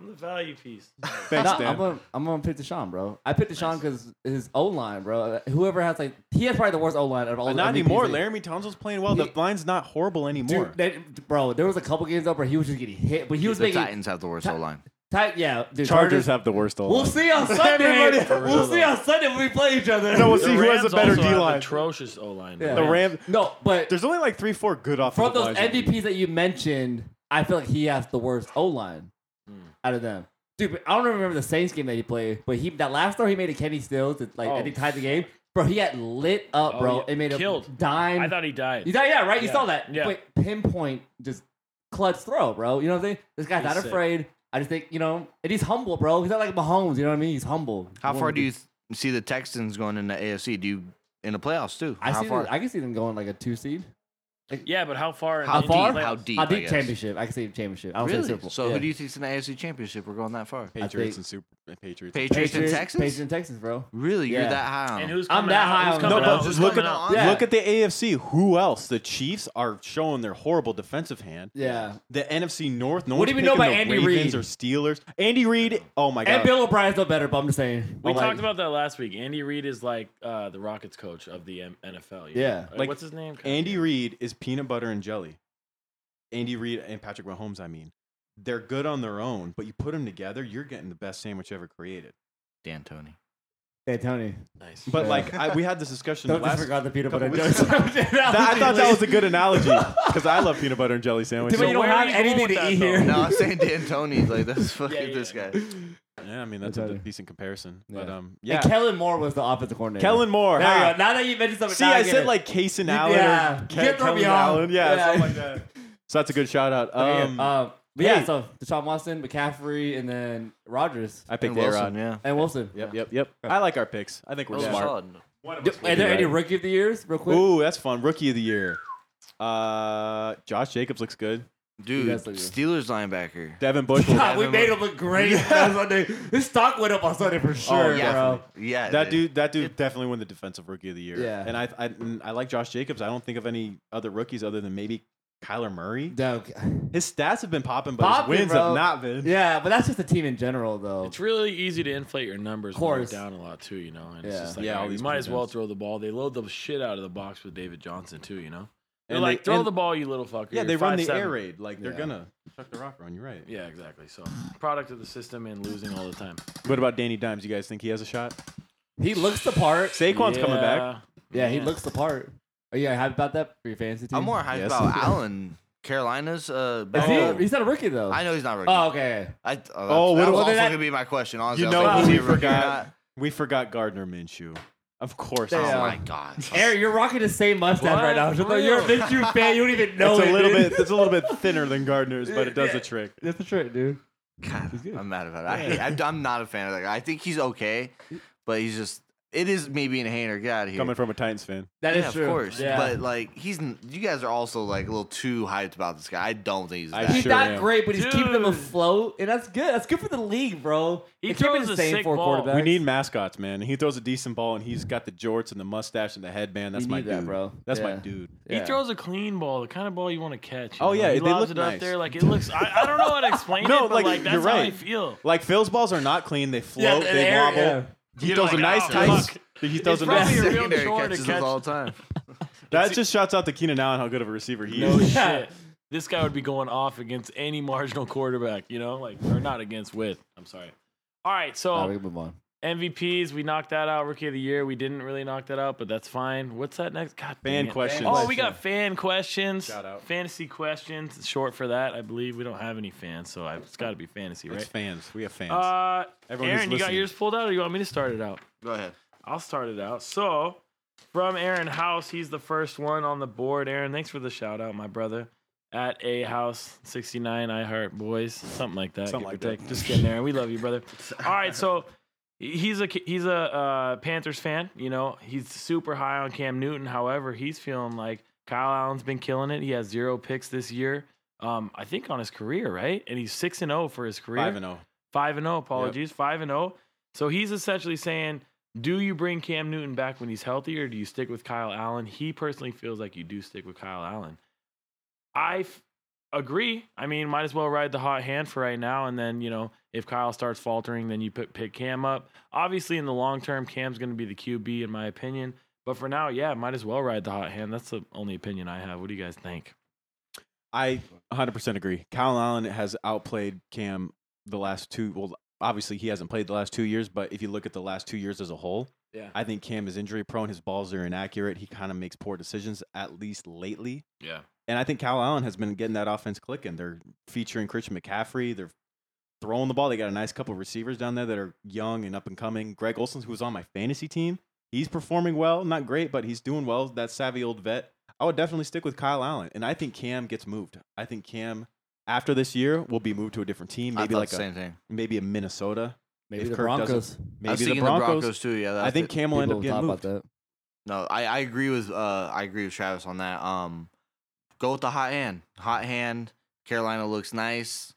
I'm the value piece. Thanks, No, I'm Dan. gonna I'm gonna pick Deshaun, bro. I picked Deshaun because his O line, bro. Whoever has like he has probably the worst O line of all. the Not MVPs. anymore. Laramie Tunsil's playing well. The He- line's not horrible anymore. Dude, that, bro, there was a couple games up where he was just getting hit, but he was the making Titans have the worst O line. tight. Yeah, dude, Chargers have the worst We'll O-line. see on Sunday. Everybody- we'll see on Sunday when we play each other. No, we'll see who has a Rams better also have D-line. Atrocious O line. Yeah. The Rams. No, but There's only like three, four good offensive from those lines. MVPs that you mentioned, I feel like he has the worst O line Hmm. out of them. Dude, but I don't remember the Saints game that he played, but he that last throw he made to Kenny Stills, that like I think tied the game. Bro, he got lit up, Oh, bro, yeah. and made a Killed. dime. I thought he died. you thought, yeah, right? You Yeah. saw that. Yeah. But pinpoint, just clutch throw, bro. You know what I'm saying? This guy's He's not sick. afraid. I just think, you know, and he's humble, bro. He's not like Mahomes, you know what I mean? He's humble. How far do you th- see the Texans going in the AFC? Do you in the playoffs too. I how see. far? Them, I can see them going like a two seed. Yeah, but how far? in how the far? playoffs? How deep? I I think guess. championship. I can see championship. I don't Really? say simple. So yeah. who do you think's in the AFC Championship? We're going that far. Patriots think- and Super uh, Patriots. Patriots, and Texans. Patriots and Texas, bro. Really? You're Yeah. that high on? And them? who's coming that out? high Who's on coming them. No, out? but Who's look coming at- out? Yeah. Look at the AFC. Who else? The Chiefs are showing their horrible defensive hand. Yeah. The NFC North. No What one's do you even know picking about the Andy Ravens Reid? or Steelers. Andy Reid. Oh my god. And Bill O'Brien's no better, but I'm just saying. We I'm like- talked about that last week. Andy Reid is like uh, the Rockets coach of the M- NFL. you know? Yeah. Uh, Like, what's his name? Andy Reid is peanut butter and jelly. Andy Reid and Patrick Mahomes. I mean, they're good on their own, but you put them together, you're getting the best sandwich ever created. Dan Tony. Hey Tony, Nice. But Yeah. like I, we had this discussion don't just last. forgot the peanut butter. couple and weeks- jelly. That- I thought that was a good analogy because I love peanut butter and jelly Dude, sandwiches. but So you don't where have are you going anything with to that, eat though? here. No, I'm saying Dan Tony. Like that's fucking yeah. this guy. yeah, I mean that's, That's a funny. decent comparison. But Yeah. um, And yeah, Kellen Moore was the offensive coordinator. Kellen Moore. There you ha. go. Now that you mentioned something, See, now I, get said it. like Case and Allen yeah. or Ke- You can't throw me Kellen off. Allen. Yeah, Yeah. something like that. So that's a good shout out. Okay, Um, uh, but yeah, hey. so Deshaun Watson, McCaffrey, and then Rogers I picked And A Wilson, Rod. yeah. and Wilson. Yep, yep, yep. I like our picks. I Oh, think we're Those are smart. solid. Do- Are there any rookie of the years, real quick? Ooh, that's fun. Rookie of the year. Uh, Josh Jacobs looks good. Dude, guys look good. Steelers linebacker. Devin Bush. will- God, we made him look great on Sunday. His stock went up on Sunday Oh, for sure, yeah, bro. yeah. that dude. That dude definitely won the defensive rookie of the year. Yeah. And I, I, and I like Josh Jacobs. I don't think of any other rookies other than maybe Kyler Murray. Doug. His stats have been popping, but Popping, his wins bro. have not been. Yeah, but that's just the team in general, though. It's really easy to inflate your numbers when Course. you're down a lot too, you know. And it's Yeah. just like Yeah, all all right, you these might as well presents. throw the ball. They load the shit out of the box with David Johnson too, you know. They're And like, they- throw and- the ball, you little fucker. Yeah, You're they run the 5'7". air raid. Like they're Yeah. gonna chuck the rock on. You're right. Yeah, exactly. So product of the system and losing all the time. What about Danny Dimes? You guys think he has a shot? He looks the part. Saquon's coming back. Yeah. Yeah, he looks the part. Are you happy about that for your fantasy team? I'm more hyped Yes. about Allen. Carolina's. Uh, Is backup. he, he's not a rookie though. I know he's not rookie. Oh, okay. I, oh, Oh, oh what that do- was well, also then gonna be my question. Honestly, You I was know like, who is he we a rookie or forgot? not? We forgot Gardner Minshew. Of course. Damn. Oh It's my god. Aaron, you're rocking the same mustache What? right now. For You're a real? Minshew fan. You don't even know a it, little dude. bit. It's a little bit thinner than Gardner's, but it does the trick. That's the trick, dude. God, good. I'm mad about it. I, I, I'm not a fan of that guy. I think he's okay, but he's just. It is me being a hater. Get out of here. Coming from a Titans fan. That is yeah, true. of course. Yeah. But like, he's. n- You guys are also like a little too hyped about this guy. I don't think he's I that. he's Sure not am. great, but he's keeping them Dude. afloat, and that's good. That's good for the league, bro. He It's keeping throws the a same sick four ball. quarterbacks. We need mascots, man. He throws a decent ball, and he's got the jorts and the mustache and the headband. That's We my need dude, that, bro. That's my Yeah. dude. He Yeah. throws a clean ball, the kind of ball you want to catch. you Oh, know? yeah, he they lobs look it nice. up there like it looks. I, I don't know how to explain No, it, but like, like, that's you're how I right. feel. Like Phil's balls are not clean. They float. the they air, wobble. yeah. He You're throws like, a nice "Oh, tight. fuck." He throws a probably nice. a real secondary chore to catches catch. us all the time. That just shouts out to Keenan Allen how good of a receiver he No is. shit. This guy would be going off against any marginal quarterback, you know, like or not against with. I'm sorry. All All right, right, we so can move on. MVPs, we knocked that out. Rookie of the year, we didn't really knock that out, but that's fine. What's that next? God, Fan dang it. questions. Oh, we got fan questions. Shout out. Fantasy questions. It's short for that, I believe. We don't have any fans, so I, it's got to be fantasy, It's right? fans. We have fans. Uh, Everyone who's Aaron, you got listening. yours pulled out, or you want me to start it out? Go ahead. I'll start it out. So, from Aaron House, he's the first one on the board. Aaron, thanks for the shout out, my brother. At A House 69, I Heart Boys, something like that. Something give like or take. Just kidding, Aaron. We love you, brother. All right, so he's a he's a uh, Panthers fan. You know, he's super high on Cam Newton. However, he's feeling like Kyle Allen's been killing it. He has zero picks this year. Um, I think on his career, right? And he's six and zero for his career. Five and oh. zero. Five and zero. Apologies. Five and zero. So he's essentially saying, do you bring Cam Newton back when he's healthy, or do you stick with Kyle Allen? He personally feels like you do stick with Kyle Allen. I f- agree. I mean, might as well ride the hot hand for right now, and then you know, if Kyle starts faltering, then you pick, pick Cam up. Obviously, in the long term, Cam's going to be the QB in my opinion. But for now, yeah, might as well ride the hot hand. That's the only opinion I have. What do you guys think? I 100% agree. Kyle Allen has outplayed Cam the last two. Well, obviously he hasn't played the last two years, but if you look at the last two years as a whole, Yeah. I think Cam is injury prone. His balls are inaccurate. He kind of makes poor decisions, at least lately. Yeah. And I think Kyle Allen has been getting that offense clicking. They're featuring Christian McCaffrey. They're throwing the ball. They got a nice couple receivers down there that are young and up and coming. Greg Olson, who was on my fantasy team, he's performing well. Not great, but he's doing well. That savvy old vet. I would definitely stick with Kyle Allen, and I think Cam gets moved. I think Cam after this year will be moved to a different team, I maybe thought like the a, same thing. maybe a Minnesota. Maybe If the Kirk doesn't- Broncos. I was Maybe the thinking Broncos. too. Yeah, I that's think it. Cam will end People up getting thought moved. about that. No, I, I agree with uh I agree with Travis on that. Um go with the hot hand. Hot hand. Carolina looks nice.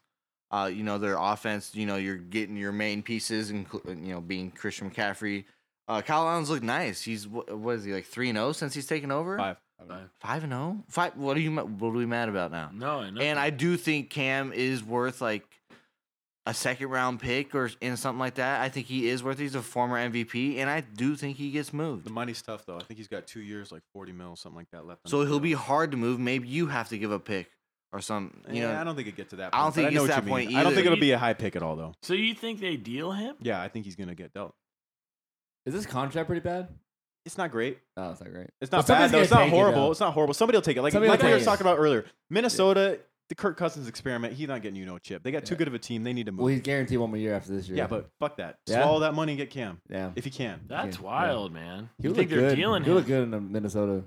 Uh, you know, their offense, you know, you're getting your main pieces and you know, being Christian McCaffrey. Uh Kyle Allen's looked nice. He's what, what is he like 3 and 0 since he's taken over? Five. 5 and 0? 5 What are you ma- what are we mad about now? No, I know. And I do think Cam is worth like a second round pick or in something like that. I think he is worth. it. He's a former MVP, and I do think he gets moved. The money's tough though. I think he's got two years, like forty mil, something like that left. on So his he'll be deal. hard to move. Maybe you have to give a pick or some. yeah, You know, Eh, I don't think it get to that. I Point, don't but think it know gets what that you point mean. I don't either. think it'll be a high pick at all though. so you think they deal him? Yeah, I think he's gonna get dealt. Is this contract pretty bad? It's not great. Oh, it's not great. It's But not bad somebody's though. It's gonna not take it, horrible. though. it's not horrible. Somebody will take it. Like Somebody will like we take were it. talking about earlier, Minnesota, the Kirk Cousins experiment. He's not getting you no chip. They got too Yeah. good of a team. They need to move. Well, he's guaranteed one more year after this year. yeah, but fuck that. Yeah. Swallow that money and get Cam yeah, if you can. That's Yeah. wild, man. he you looked think they're good. dealing he him? looked good in the Minnesota.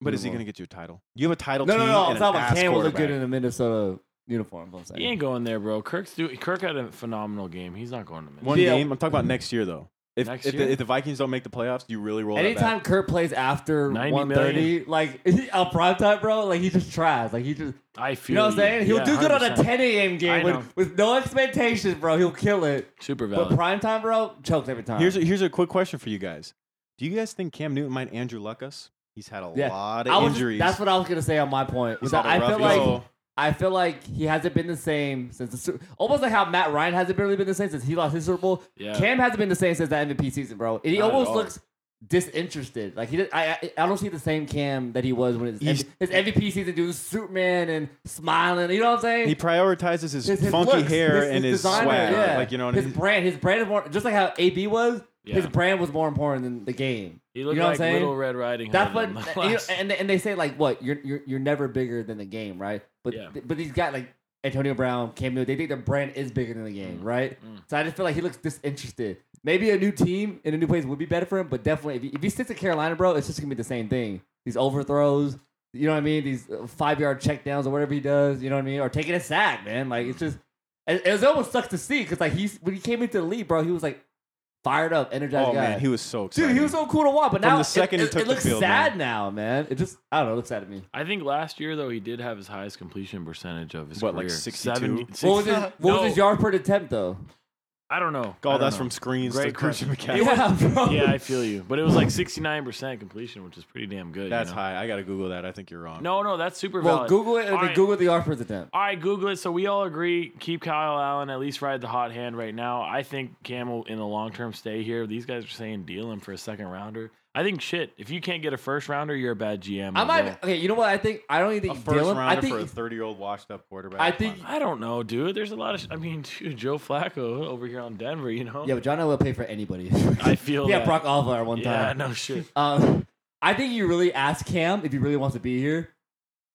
But is he Move on. gonna get you a title? You have a title. No, team no, no. I'm and talking an about ass Cam will look good quarterback. in a Minnesota uniform. I'm saying. He ain't going there, bro. Kirk's do- Kirk had a phenomenal game. He's not going to Minnesota. One Yeah. game. I'm talking about next year though. If Next if, year? The, if the Vikings don't make the playoffs, do you really roll? that back? Anytime Kurt plays after 90 130, like on prime time, bro, like he just tries. Like he just, I you feel know what I'm saying? He'll Yeah, do good on a 100%. 10 a.m. I game know. with, with no expectations, bro. He'll kill it. Super valid. But prime time, bro, chokes every time. Here's a, here's a quick question for you guys. Do you guys think Cam Newton might Andrew Luck us? He's had a Yeah. lot I of was, injuries. That's what I was gonna say on my point. He's Was had that a I rough feel year. like I feel like he hasn't been the same since the Su- almost like how Matt Ryan hasn't really been the same since he lost his Super Bowl. Yeah. Cam hasn't been the same since that MVP season, bro. And he Not at almost all. looks disinterested. Like he, did, I, I, I don't see the same Cam that he was when his, He's- M- his MVP season, dude, Superman and smiling. You know what I'm saying? he prioritizes his, His- his funky looks, hair and his designer, swag. yeah. Like you know what I his mean? brand, his brand is more just like how AB was. His Yeah. brand was more important than the game. he looked you know like what I'm saying? Little Red Riding Hood. That's in the what you know, last- and and they say like what you're you're you're never bigger than the game, right? But Yeah. but these guys like Antonio Brown, Cam Newton, they think their brand is bigger than the game, Mm, right? So I just feel like he looks disinterested. Maybe a new team and a new place would be better for him, but definitely if he, if he sits at Carolina, bro, it's just gonna be the same thing. These overthrows, you know what I mean? These five yard checkdowns or whatever he does, you know what I mean? Or taking a sack, man. Like it's just it, it almost sucks to see because like he's when he came into the league, bro, he was like fired up, energized oh guy. man, he was so excited. Dude, he was so cool to watch, but From now the second it, he it- took it the looks field, sad now, man. It just I don't know, it looks sad to me. I think last year though he did have his highest completion percentage of his What, career. like 62? 70 What was his, what No. was his yard per attempt though? I don't Oh, know. I all don't that's know. from screens Great to Christian question. McCaffrey. bro. Yeah, I feel you. But it was like 69% completion, which is pretty damn good. you That's know? high. I gotta Google that. I think you're wrong. No, no, that's super well, valid. Google it and All then right. Google the yard per attempt. All right, Google it. So we all agree, keep Kyle Allen, at least ride the hot hand right now. I think Cam will, in the long term, stay here. These guys are saying deal him for a second rounder. I think shit. If you can't get a first rounder, you're a bad GM. I as might well. okay. You know what? I think I don't even a think first Dylan. I rounder for a think 30 year old washed up quarterback. I think- Come on. I don't know, dude. There's a lot of. Sh- I mean, dude, Joe Flacco over here on Denver, you know. yeah, but John I will pay for anybody. I feel. yeah, that. Brock Alvar one Yeah, time. no shit. Um, I think you really ask Cam if he really wants to be here,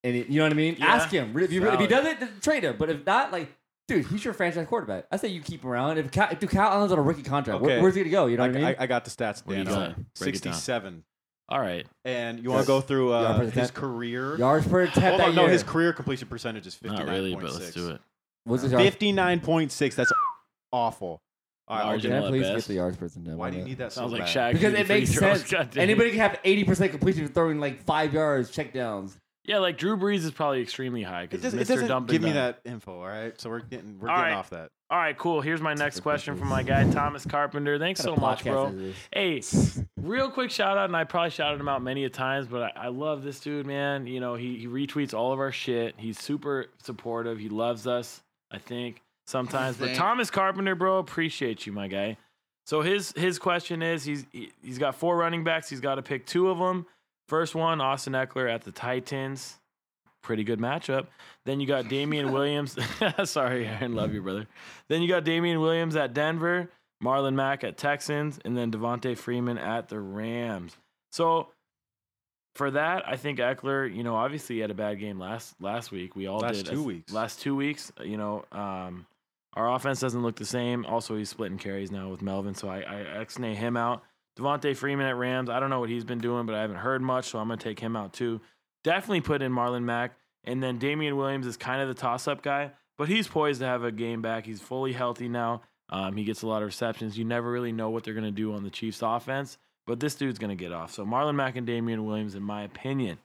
and it, you know what I mean. Yeah. Ask him if he, really- if he Valid. does it, then trade him. But if not, like, dude, he's your franchise quarterback. I say you keep him around. If Cal, dude, Kyle Allen's on a rookie contract, where- Okay. where's he gonna go? You know I, what I mean? I- I got the stats. What do you Dan, got? on Break it down. 67. All right. And you want Yes. to go through Yeah, uh, President. his career? Yards per attempt Hold that on, no, year. his career completion percentage is 59.6. Not really, but let's do it. What's his yards? Fifty-nine point six. That's awful. All right, I'll Large give Can it- and I please best. get the yards per attempt? why do you need that? Sounds so like bad? Shaq. Because hitting it free makes throws. sense. God damn. Anybody can have eighty percent completion for throwing like five yards checkdowns. Yeah, like Drew Brees is probably extremely high It because doesn't, Mr. it doesn't Dump and give me Dumb. that info. All right, so we're getting we're All getting right. off that. All right, cool. Here's my next question from my guy Thomas Carpenter. Thanks so What much, kind of bro. podcast is Hey, real quick shout out, and I probably shouted him out many a times, but I, I love this dude, man. You know, he, he retweets all of our shit. He's super supportive. He loves us, I think, sometimes. But Thank- Thomas Carpenter, bro, appreciate you, my guy. So his his question is he's he, he's got four running backs. He's got to pick two of them. First one, Austin Eckler at the Titans. Pretty good matchup. Then you got Damian Williams. Sorry, Aaron, love you, brother. Then you got Damian Williams at Denver, Marlon Mack at Texans, and then Devontae Freeman at the Rams. So for that, I think Eckler, you know, obviously he had a bad game last last week. We all Last did. two weeks. Last two weeks, you know, um, our offense doesn't look the same. Also, he's splitting carries now with Melvin, so I, I ex-nay him out. Devontae Freeman at Rams. I don't know what he's been doing, but I haven't heard much, so I'm gonna take him out too. Definitely put in Marlon Mack, and then Damian Williams is kind of the toss-up guy, but he's poised to have a game back. He's fully healthy now. Um, he gets a lot of receptions. You never really know what they're gonna do on the Chiefs' offense, But this dude's gonna get off. So Marlon Mack and Damian Williams, in my opinion,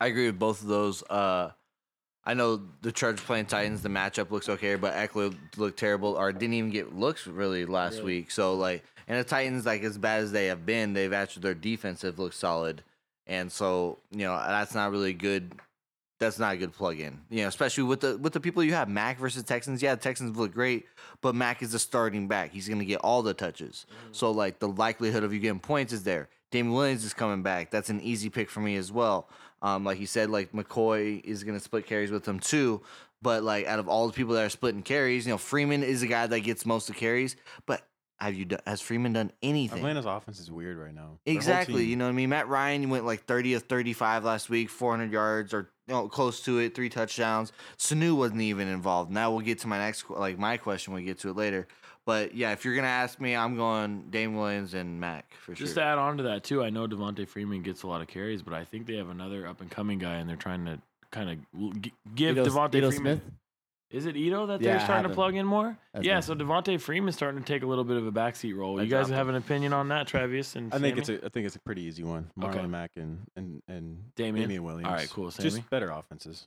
I agree with both of those. Uh, I know the Chargers playing Titans. The matchup looks okay, but Eckler looked terrible or didn't even get looks really last week. So like, and the Titans like as bad as they have been, they've actually their defense have looked solid, and so you know that's not really good. That's not a good plug-in, you know, especially with the with the people you have. Mac versus Texans, yeah, the Texans look great, but Mac is the starting back. He's going to get all the touches, so like the likelihood of you getting points is there. Damian Williams is coming back. That's an easy pick for me as well. Um, like you said, like McCoy is going to split carries with them too. But like out of all the people that are splitting carries, you know Freeman is the guy that gets most of the carries. But have you done, has Freeman done anything? Atlanta's offense is weird right now. Their whole Exactly. team- You know what I mean? Matt Ryan went like 30 of 35 last week, 400 yards or you know, close to it, three touchdowns. Sanu wasn't even involved. Now we'll get to my next, qu- like my question, we'll get to it later. But yeah, if you're going to ask me, I'm going Dame Williams and Mac for just sure. to add on to that too, I know Devontae Freeman gets a lot of carries, but I think they have another up and coming guy, and they're trying to kind of g- give Ito- Devontae Ito Freeman. Smith. Is it Ito that Yeah, they're I starting to haven't. plug in more? That's yeah, right. so Devontae Freeman's starting to take a little bit of a backseat role. I you guys dropped have an opinion on that, Travis? And I think Sammy? it's a I think it's a pretty easy one. Marlon Okay. Mack and and and Damian? Williams. All right, cool, Sammy. Just better offenses.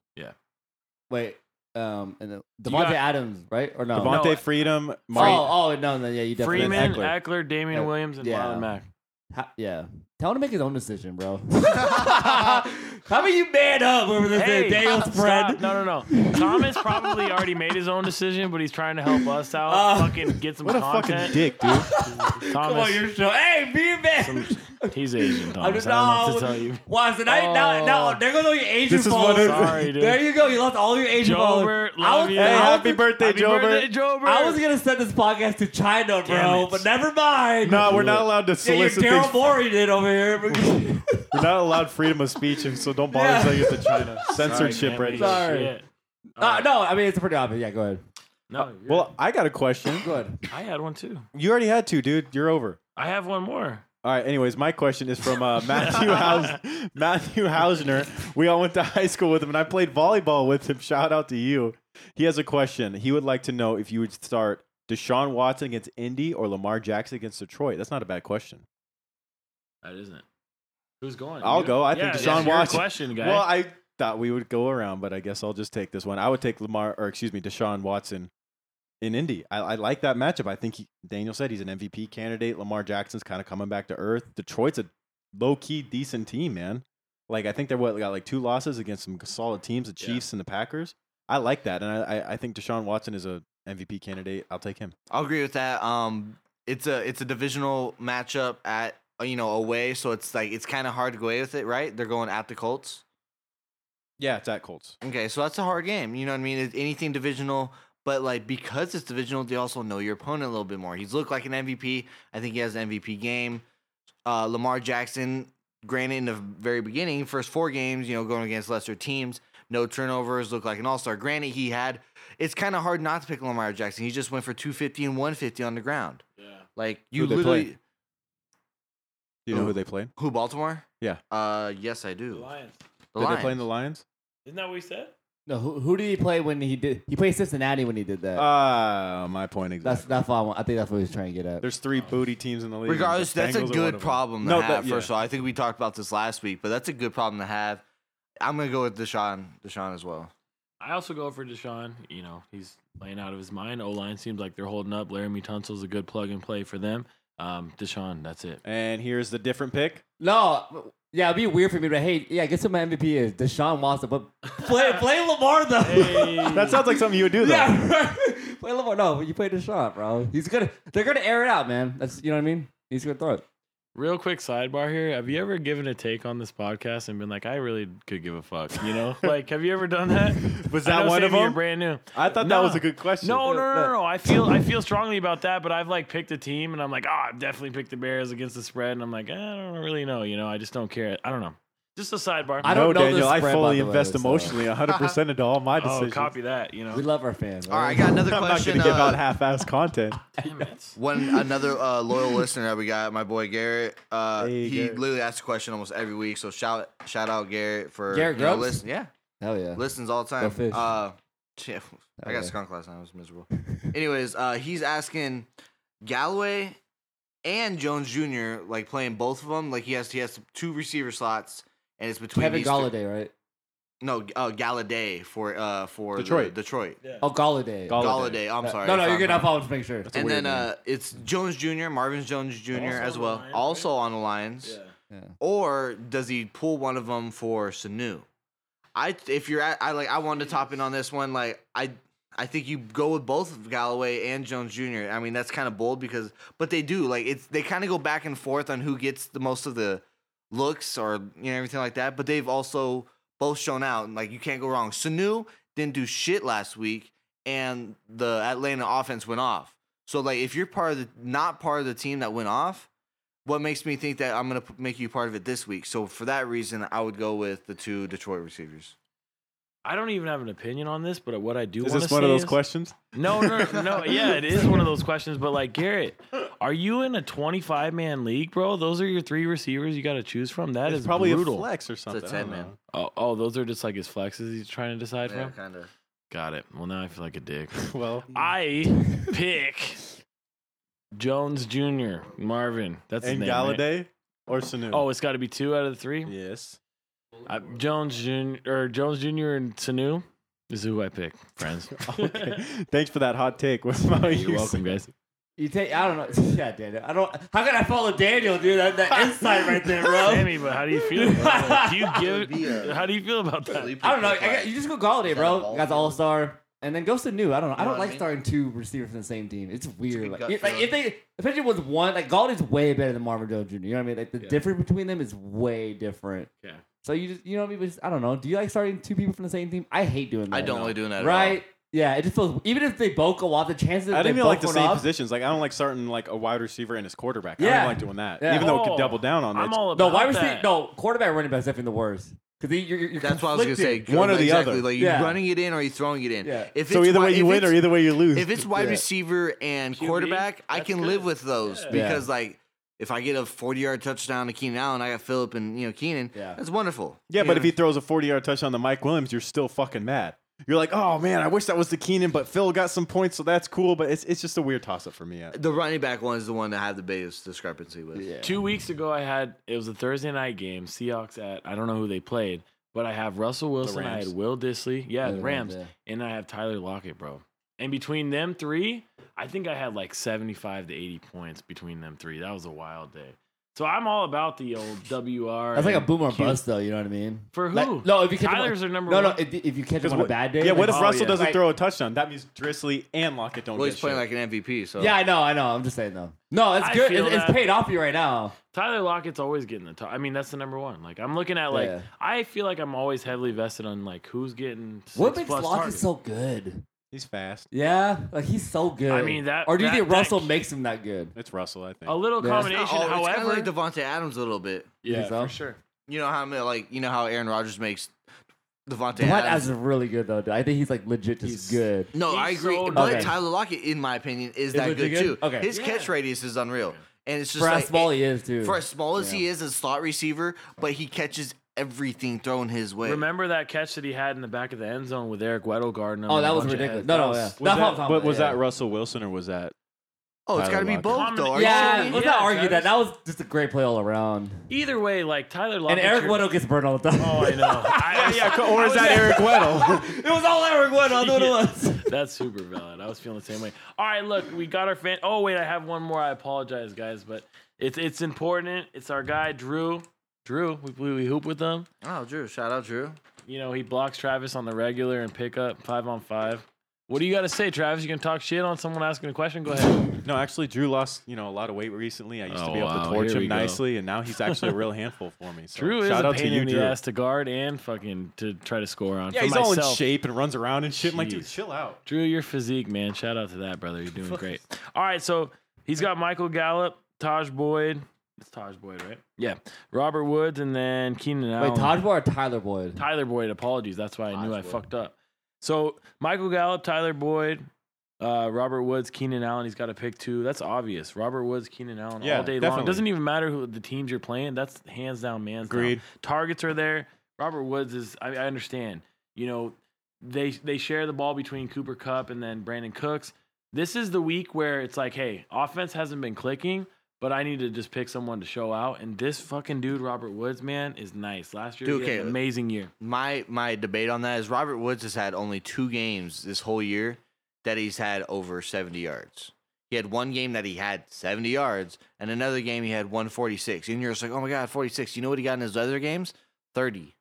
Wait, um, and the, Devontae got- Adams, right or no? Devontae Oh, No, I- Freedom. Mar- oh, oh no, no, yeah, you definitely Freeman, Eckler. Eckler, Damian Yeah. Williams, and Yeah. Marlon Mack. Ha- yeah, tell him to make his own decision, bro. How about you man up over this Hey, Daniel stop. spread? No, no, no. Thomas probably already made his own decision, but he's trying to help us out. Oh. fucking get some what a fucking content. dick, dude. Come on, Thomas, your show. Hey, be a man. he's Asian, I'm Thomas. just I don't know no. what to tell you. Wow, so now, you- now, Oh. now there goes all your Asian This is what followers. it- Sorry, dude. There you go. You lost all your Asian followers. Jobert, love was- you. Hey, happy birthday, Happy Jobert. birthday, Jobert. I was gonna send this podcast to China, Damn bro, it. but never mind. no, we're not allowed to yeah, you're solicit Daryl things. Morey did over here. We're not allowed freedom of speech, and so don't bother Yeah. telling us to China. Censorship Sorry, right man. now. Sorry. Shit. uh, no, I mean it's pretty obvious. Yeah, go ahead. No, you're- Well, I got a question. Go ahead. I had one too. You already had two, dude. You're over. I have one more. All right. Anyways, my question is from uh, Matthew Haus- Matthew Hausner. We all went to high school with him, and I played volleyball with him. Shout out to you. He has a question. He would like to know if you would start Deshaun Watson against Indy or Lamar Jackson against Detroit. That's not a bad question. That isn't. Who's going? I'll You? go. I Yeah, think that's Deshaun your Watson. Question, guy. Well, I thought we would go around, but I guess I'll just take this one. I would take Lamar, or excuse me, Deshaun Watson in Indy. I, I like that matchup. I think he, Daniel said he's an MVP candidate. Lamar Jackson's kind of coming back to earth. Detroit's a low key decent team, man. Like I think they're what got like two losses against some solid teams, the Yeah. Chiefs and the Packers. I like that, and I, I, I think Deshaun Watson is a MVP candidate. I'll take him. I'll agree with that. Um, it's a it's a divisional matchup at you know away, so it's like it's kind of hard to go away with it, right? They're going at the Colts. Yeah, it's at Colts. Okay, so that's a hard game. You know what I mean? It's anything divisional, but like because it's divisional, they also know your opponent a little bit more. He's looked like an MVP. I think he has an MVP game. Uh, Lamar Jackson, granted in the very beginning, first four games, you know, going against lesser teams, no turnovers, looked like an all star. Granted, he had. It's kind of hard not to pick Lamar Jackson. He just went for two fifty and one fifty on the ground. yeah. Like you Who'd they play? literally. Do you know Ooh. who they played? Who Baltimore? Yeah. Uh, yes, I The do. Lions. The Did Lions. they play in the Lions? Isn't that what we said? No, who, who did he play when he did? He played Cincinnati when he did that. Ah, my point exactly. that's that's what I, want. I think that's what he was trying to get at. There's three booty teams in the league. and Regardless, the that's Bengals are a one of good 'em. problem to No, have. that- yeah. First of all, I think we talked about this last week, but that's a good problem to have. I'm gonna go with Deshaun, Deshaun as well. I also go for Deshaun. You know, he's playing out of his mind. O line seems like they're holding up. Laramie Tunsil's a good plug and play for them. Um, Deshaun, that's it. And here's the different pick. No, yeah, it'd be weird for me, but hey, yeah, guess who my MVP is? Deshaun Watson, but play play Lamar though. That sounds like something you would do, though. yeah, play Lamar. No, you play Deshaun, bro. He's gonna they're gonna air it out, man. That's you know what I mean. He's gonna throw it. Real quick sidebar here. Have you ever given a take on this podcast and been like, I really could give a fuck? You know, like, have you ever done that? Was I that know, one of Sammy, you're them? Brand new. I thought No. that was a good question. No, no, no, no, no. I feel I feel strongly about that, but I've like picked a team and I'm like, oh, I've definitely picked the Bears against the spread, and I'm like, eh, I don't really know. You know, I just don't care. I don't know. Just a sidebar. I no, don't know the Daniel, I spread, fully by the way, invest so- emotionally 100% into all my oh, decisions. copy that. You know, We love our fans. All right, I got another I'm not question. going to give uh, out half-ass content. damn it. one another uh, loyal listener that we got, my boy Garrett. Uh, Hey, he Garrett. literally asks a question almost every week. So shout shout out Garrett for Garrett you know, Grubbs? listen, yeah, Hell yeah. listens all the time. Go fish. Uh, yeah, I Okay. got skunk last night. I was miserable. Anyways, uh, he's asking Galloway and Jones Jr. like playing both of them. Like he has he has two receiver slots, and it's between Kevin these three- Galladay, right? no, uh, Galladay for uh for the- Detroit. Detroit. Oh, Galladay. Uh, Galladay. I'm sorry. no, no, if you're I'm good. wrong. I'll follow. Just make sure. And then uh, it's Jones Jr., Marvin Jones Jr. as well, also on the Lions. Or does he pull one of them for Sanu? I if you're at, I like I wanted to top in on this one. Like I I think you go with both Galloway and Jones Jr. I mean that's kind of bold because but they do like it's they kind of go back and forth on who gets the most of the looks or you know everything like that. But they've also both shown out and like you can't go wrong. Sanu didn't do shit last week, and the Atlanta offense went off. So like if you're part of the not part of the team that went off, what makes me think that I'm gonna p- make you part of it this week? So for that reason, I would go with the two Detroit receivers. I don't even have an opinion on this, but what I do Is wanna this one say of those is- questions? No, no, no, no. Yeah, it is one of those questions. But like Garrett, are you in a twenty-five man league, bro? Those are your three receivers you got to choose from. That It's is probably brutal. a flex or something. I ten, don't man. know. Oh, oh, those are just like his flexes. He's trying to decide from. kind of. Got it. Well, now I feel like a dick. Well, I pick Jones Jr. Marvin. That's his and name. right? Galladay or Sanu? Oh, it's got to be two out of the three. yes. I, Jones Jr. or Jones Jr. and Sanu is who I pick, friends. Okay. Thanks for that hot take. What about you? You're welcome, guys. You take. I don't know. Yeah, Daniel. I don't. How can I follow Daniel, dude? That, that insight right there, bro. Sammy, but how do you feel? About do you give? be a- how do you feel about that? I don't know. I got, you just go Galladay, bro. ball Got the field? All Star, and then goes to new. I don't know. I know don't what I like mean? starting two receivers from the same team. It's weird. good like, gut if- like, feeling. if they, especially with one, like Galladay's way better than Marvin Jones Jr. You know what I mean? Like the difference between them is way different. Yeah. So you just, you know what I mean? But just- I don't know. Do you like starting two people from the same team? I hate doing that. I don't like doing that. Right? Yeah. It just feels even if they both go off, the chances that I they don't even both like the went same off, positions. Like I don't like starting like a wide receiver and his quarterback. I don't Yeah. even like doing that. Yeah. Even though it Oh, could double down on that. I'm all about No, wide receiver. that. No, quarterback running back is definitely the worst. Because you're, you're, you're That's what I was gonna say. conflicted. Go- One or the exactly, other. Like you're Yeah. running it in or you're throwing it in. Yeah. If so it's either wi- way you if win or it's- either way you lose. if it's wide Yeah. receiver and QB, quarterback, I that's can good. live with those Yeah. because like if I get a 40 yard touchdown to Keenan Allen, I got Phillip and you know Keenan. Yeah. That's wonderful. yeah, You but know? if he throws a 40 yard touchdown to Mike Williams, you're still fucking mad. You're like, oh man, I wish that was the Keenan, but Phil got some points, so that's cool. But it's it's just a weird toss up for me. the running back one is the one that I have the biggest discrepancy with. Yeah. Two weeks ago, I had it was a Thursday night game. Seahawks at I don't know who they played, but I have Russell Wilson, I had Rams. Will Disley, yeah, Yeah, the the Rams, Rams, and I have Tyler Lockett, bro. And between them three, I think I had like seventy-five to eighty points between them three. That was a wild day. So I'm all about the old WR. That's like a and boom or Q. bust, though. You know what I mean? For who? Like, no, if you catch him on- Tyler's are number no, one. no. If, if you catch him on a bad day, yeah, what like- if Oh, Russell yeah. doesn't Like- throw a touchdown? That means Drisley and Lockett don't Well, get he's playing shit. like an MVP, so oh, Yeah, I know, I know. I'm just saying though. No, it's I good. feel It's, it's that. paid off for you right now. Tyler Lockett's always getting the top. I mean, that's the number one. Like I'm looking at like Yeah. I feel like I'm always heavily vested on like who's getting six What makes plus Lockett targets. so good? he's fast. Yeah, like he's so good. I mean, that- Or do you that- think that- Russell makes him that good? It's Russell, I think. a little Yeah. It's It's combination. not all- Oh, it's kinda however, like Devonte Adams a little bit. You yeah, think so? sure. You know how like you know how Aaron Rodgers makes Devonte Dwight Adams. Adams is really good though. dude. I think he's like legit just He's- good. No, He's I agree. so but nice. Tyler Lockett, in my opinion, is, that legit good, good? too. Okay. His catch radius is unreal, and it's just For how like, small it- he is too. for as small as he is as slot receiver, but he catches everything thrown his way. Remember that catch that he had in the back of the end zone with Eric Weddle guarding him? Oh, and that a was bunch of ridiculous. heads? No, no, That yeah. was- That's what Was I'm that, talking but about, was yeah. that Russell Wilson or was that? oh, it's got to be Tyler both Lockett. though. Are Yeah, you let's serious? Yeah, not argue guys. that. That was just a great play all around. Either way, like Tyler Lockett. And Eric Weddle gets burned all the time. Oh, I know. I, yeah, Or is that Eric Weddle? it was all Eric Weddle. That's what it was. That's super valid. I was feeling the same way. All right, look, we got our fan. Oh wait, I have one more. I apologize, guys, but it's it's important. It's our guy Drew. Drew, we we, we hoop with him. Oh, Drew, shout out Drew. You know he blocks Travis on the regular and pick up five on five. What do you got to say, Travis? You gonna talk shit on someone asking a question? Go ahead. No, actually, Drew lost you know a lot of weight recently. I used Oh, to be able wow. to torch Here we him go. nicely, and now he's actually a real handful for me. So Drew is shout a out pain to you, in the Drew. ass to guard and fucking to try to score on. Yeah, For he's all in myself, shape and runs around and shit. I'm like, dude, Jeez. chill out. Drew, your physique, man. Shout out to that, brother. You're doing great. All right, so he's got Michael Gallup, Taj Boyd. It's Taj Boyd, right? Yeah. Robert Woods, and then Keenan Allen. Wait, Todd Boyd or Tyler Boyd? Tyler Boyd. Apologies. That's why I knew Taj I Boyd. fucked up. So Michael Gallup, Tyler Boyd, uh, Robert Woods, Keenan Allen. He's got to pick two. That's obvious. Robert Woods, Keenan Allen, Yeah, all day long. definitely. Doesn't even matter who the teams you're playing. That's hands down, man's down. Agreed. Targets are there. Robert Woods is. I, I understand. You know, they they share the ball between Cooper Cup and then Brandon Cooks. This is the week where it's like, hey, offense hasn't been clicking, But I need to just pick someone to show out, and this fucking dude, Robert Woods, man, is nice. Last year, Dude, he had okay. an amazing year. My my debate on that is Robert Woods has had only two games this whole year that he's had over 70 yards. He had one game that he had 70 yards, and another game he had 146. And you're just like, oh my god, 46. You know what he got in his other games? 30, He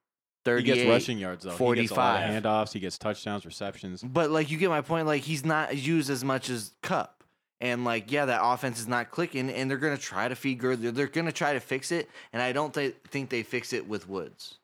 38. gets rushing yards though. He gets a lot 45. of handoffs. He gets touchdowns, receptions. But like you get my point. Like he's not used as much as Cup, and like yeah, that offense is not clicking, and they're gonna try to feed Gurley. They're, they're gonna try to fix it, and I don't th- think they fix it with Woods.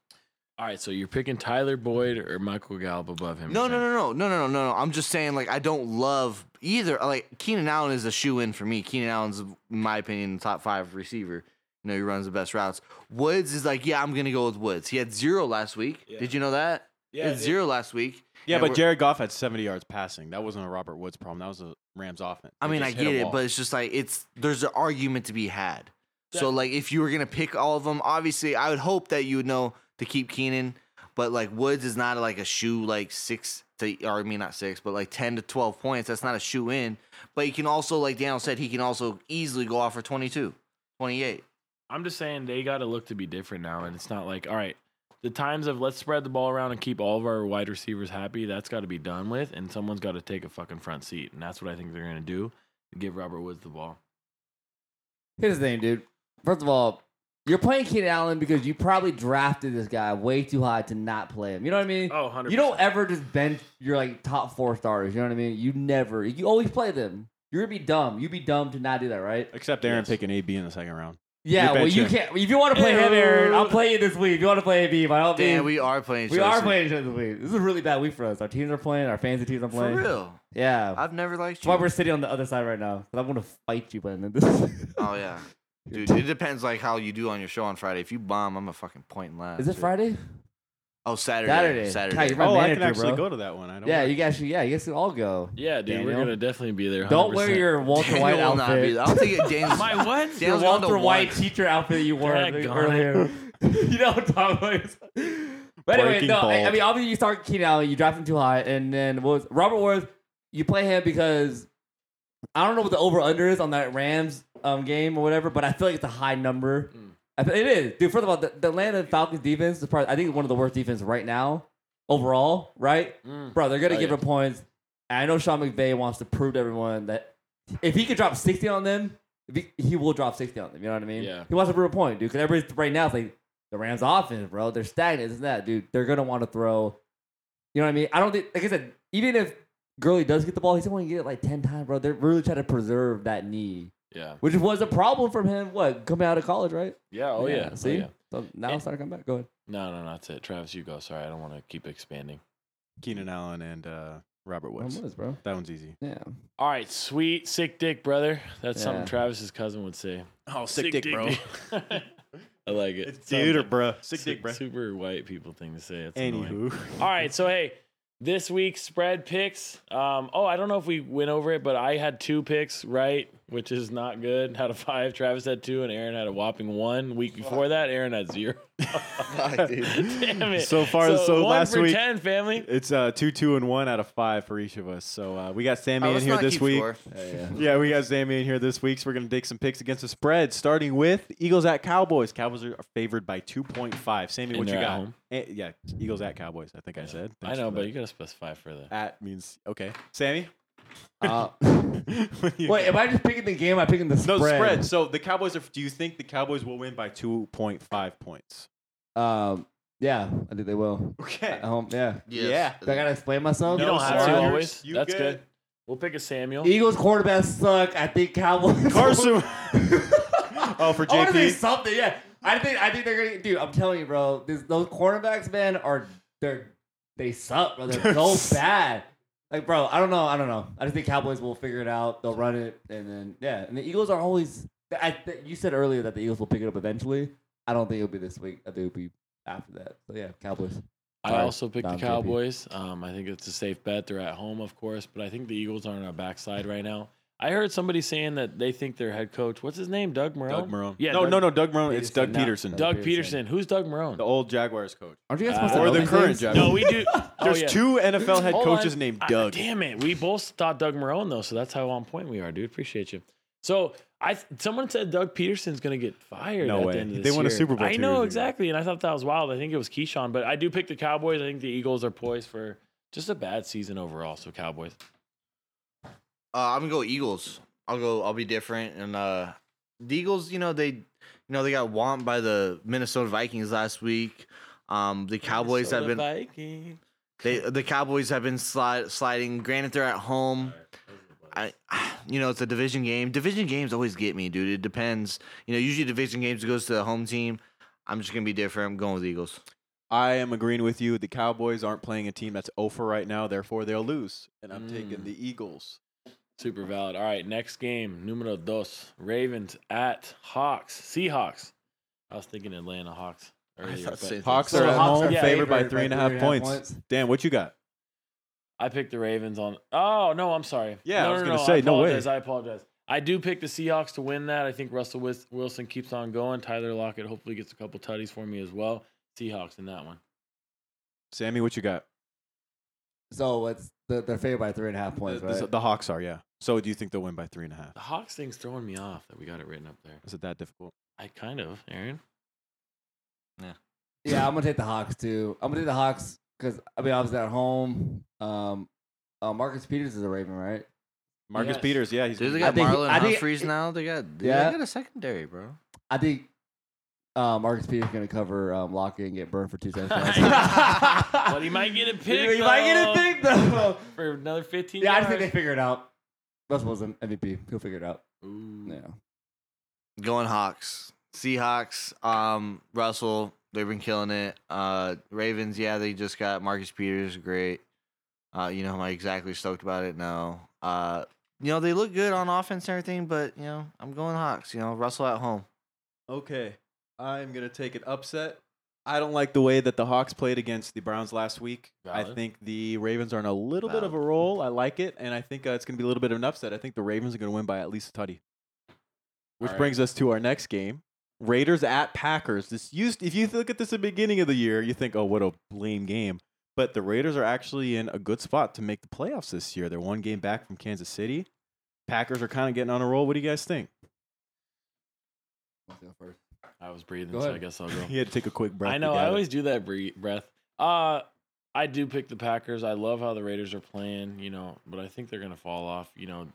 All right, so you're picking Tyler Boyd or Michael Gallup above him? No, you're no, saying? no, no, no, no, no, no. I'm just saying like I don't love either. Like Keenan Allen is a shoe in for me. Keenan Allen's, in my opinion, the top five receiver. You know he runs the best routes. Woods is like yeah, I'm gonna go with Woods. He had zero last week. Did you know that? Yeah, zero last week. Yeah, And but we're- Jared Goff had 70 yards passing. That wasn't a Robert Woods problem. That was a Rams offense. I They mean, I just hit a get it, wall. but it's just like it's there's an argument to be had. So like, if you were gonna pick all of them, obviously, I would hope that you would know to keep Keenan. But like Woods is not like a shoe like six to or I mean not six, but like ten to twelve points. That's not a shoe in. But he can also, like Daniel said, he can also easily go off for 22, 28. I'm just saying they got to look to be different now, and it's not like all right. The times of let's spread the ball around and keep all of our wide receivers happy, that's got to be done with, and someone's got to take a fucking front seat, and that's what I think they're gonna do. Give Robert Woods the ball. Here's the thing, dude. First of all, you're playing Keenan Allen because you probably drafted this guy way too high to not play him. You know what I mean? Oh, 100%. You don't ever just bench your like top four starters. You know what I mean? You never. You always play them. You're gonna be dumb. You'd be dumb to not do that, right? Except Aaron Yes. picking AB in the second round. Yeah. You're Well, you benching. can't. If you want to play him, Aaron, I'll play you this week. If you want to play AB, by all means. Damn, we are playing. we each other are playing each other this week. This is a really bad week for us. Our teams are playing. Our fans' teams are for playing. real. Yeah. I've never liked That's you. why we're sitting on the other side right now. 'Cause I want to fight you, but this. Oh yeah, dude. It depends like how you do on your show on Friday. If you bomb, I'm a fucking point and laugh. Is it dude. Friday? Oh, Saturday. Saturday. Saturday. God, you're My Oh, I can manager, actually bro. go to that one. I don't. Yeah, know. you guys should. Yeah, you guys should all go. Yeah, dude, we're Daniel? gonna definitely be there. Don't wear 100%. your Walter Daniel White will not be outfit. there. I don't think it, Daniel's, my what? Daniel's going to Walter White one. teacher outfit that you wore Daggone earlier. you know what I'm talking about. It's- But anyway, Breaking no, I, I ball. mean, obviously you start Keenan Allen, you draft him too high, and then what was Robert Woods? You play him because I don't know what the over under is on that Rams um, game or whatever, but I feel like it's a high number. Hmm. I feel, it is, dude. First of all, the, the Atlanta Falcons defense is probably I think one of the worst defense right now overall. Right, Mm. bro? They're gonna Oh, give yeah. him points. And I know Sean McVay wants to prove to everyone that if he could drop 60 on them, if he, he will drop 60 on them. You know what I mean? Yeah. He wants to prove a point, dude. Because everybody's right now, it's like the Rams' offense, bro. They're stagnant, isn't that, dude? They're gonna want to throw. You know what I mean? I don't think, like I said, even if Gurley does get the ball, he's going to get it like 10 times, bro. They're really trying to preserve that knee, Yeah, which was a problem from him. What coming out of college, right? yeah. Oh yeah. See, Oh, yeah. so now it's starting to come back. Go ahead. No, no, no, that's it. Travis, you go. Sorry, I don't want to keep expanding. Keenan Allen and uh, Robert Woods. Almost, bro. That one's easy. Yeah. All right, sweet sick dick, brother. That's something Yeah. Travis's cousin would say. Oh, sick, dick, bro. I like it. It's dude or Sounds bruh. like Sick dick, bruh. Super white people thing to say. It's annoying. Anywho, All right, so hey, this week's spread picks. Um, oh, I don't know if we went over it, but I had two picks right, which is not good. Out of five, Travis had two, and Aaron had a whopping one. Week before that, Aaron had zero. Fuck, dude. Damn it! So far- so one last for week- ten, family. it's uh, two, two, and one out of five for each of us. So uh, we got Sammy Oh, in let's here not this keep week. Oh, score. Yeah, we got Sammy in here this week. So we're gonna dig some picks against the spread, starting with Eagles at Cowboys. Cowboys are favored by two point five. Sammy, And what you they're at got? home. Eh, yeah, Eagles at Cowboys. I think I said. I Thanks know, for but that. you gotta specify further. at means okay. Sammy, Uh, What do you- wait, am I just picking the game? I'm picking the no spread. spread. So the Cowboys are. Do you think the Cowboys will win by two point five points? Um, yeah, I think they will. Okay. At Uh, home, yeah. Yes. Do I gotta explain myself? No, You don't have sir. to You're- always. you That's good. good. We'll pick a Samuel. Eagles quarterbacks suck. I think Cowboys. Carson. oh, for I want to say JP. something. Yeah, I think I think they're gonna do. I'm telling you, bro. This, those quarterbacks, man, are they're they suck, bro. They're so bad. Like, bro, I don't know. I don't know. I just think Cowboys will figure it out. They'll run it, and then yeah. And the Eagles are always. I, th- you said earlier that the Eagles will pick it up eventually. I don't think it'll be this week. I think it'll be after that. So yeah, Cowboys. I Sorry, also picked the Dom JP. Cowboys. Um, I think it's a safe bet. They're at home, of course, but I think the Eagles are on our backside right now. I heard somebody saying that they think their head coach, what's his name, Doug Marone? Doug Marone. Yeah, no, Doug- no, no. Doug Marone. It's Peterson, Doug not- Peterson. Doug Peterson. Peterson. Who's Doug Marone? the old Jaguars coach. Aren't you guys Uh, supposed to Or know the these current things? Jaguars. no, we do. oh, There's yeah. two NFL head Hold coaches on. named I- Doug. damn it, we both thought Doug Marone though, so that's how on point we are, dude. Appreciate you. So I someone said Doug Peterson's going to get fired. No at way. The end of They this won a year. Super Bowl I two know years ago. exactly, and I thought that was wild. I think it was Keyshawn, but I do pick the Cowboys. I think the Eagles are poised for just a bad season overall. So Cowboys. Uh, I'm gonna go Eagles. I'll go. I'll be different. And uh, the Eagles, you know, they, you know, they got whomped by the Minnesota Vikings last week. Um, the Cowboys have been Vikings. they the Cowboys have been slide, sliding. Granted, they're at home. I, you know, it's a division game. Division games always get me, dude. It depends. You know, usually division games goes to the home team. I'm just gonna be different. I'm going with Eagles. I am agreeing with you. The Cowboys aren't playing a team that's over right now, therefore they'll lose. And I'm taking Mm. the Eagles. Super valid. All right, next game, numero dos. Ravens at Hawks. Seahawks. I was thinking Atlanta Hawks earlier, thought but same- Hawks So are the at Hawks home, are favored by favored three and a by half three and a half points. points. Dan, what you got? I picked the Ravens on. Oh no, I'm sorry. Yeah, I no, was no, gonna no, say, I no way. apologize. I apologize. I do pick the Seahawks to win that. I think Russell Wis- Wilson keeps on going. Tyler Lockett hopefully gets a couple tutties for me as well. Seahawks in that one. Sammy, what you got? So it's the, they're favored by three and a half The, points, the- right? the Hawks are, yeah. So do you think they'll win by three and a half? The Hawks thing's throwing me off that we got it written up there. Is it that difficult? I kind of, Aaron. yeah, I'm gonna take the Hawks too. I'm gonna take the Hawks because I mean, I was at home. Um, uh, Marcus Peters is a Raven, right? Marcus Yes. Peters, yeah, he's Dude, they I got think- Marlon I think- Humphreys now. They got they Yeah. got a secondary, bro. I think uh, Marcus Peters is gonna cover um, Lockett and get burned for two touchdowns. But he might get a pick. you might get a though, pick though. for another 15. yeah, I just yards. think they figure it out. Russell Wilson MVP. He'll figure it out. Ooh. Yeah. Going Hawks. Seahawks, um, Russell, they've been killing it. Uh Ravens, yeah, they just got Marcus Peters, great. Uh, you know, am I exactly stoked about it? No. Uh you know, they look good on offense and everything, but you know, I'm going Hawks, you know, Russell at home. Okay, I'm gonna take an upset. I don't like the way that the Hawks played against the Browns last week. I Valid. think the Ravens are in a little bit of a Valid. roll. I like it, and I think uh, it's gonna be a little bit of an upset. I think the Ravens are gonna win by at least a tutty. Which Alright. brings us to our next game: Raiders at Packers. This used if you look at this at the beginning of the year, you think, oh, what a lame game. But the Raiders are actually in a good spot to make the playoffs this year. They're one game back from Kansas City. Packers are kind of getting on a roll. What do you guys think? Let's go first. I was breathing, Go so I ahead. guess I'll go. You had to take a quick breath. I You know. got I it. always do that bre- breath. Uh, I do pick the Packers. I love how the Raiders are playing, you know, but I think they're going to fall off. You know,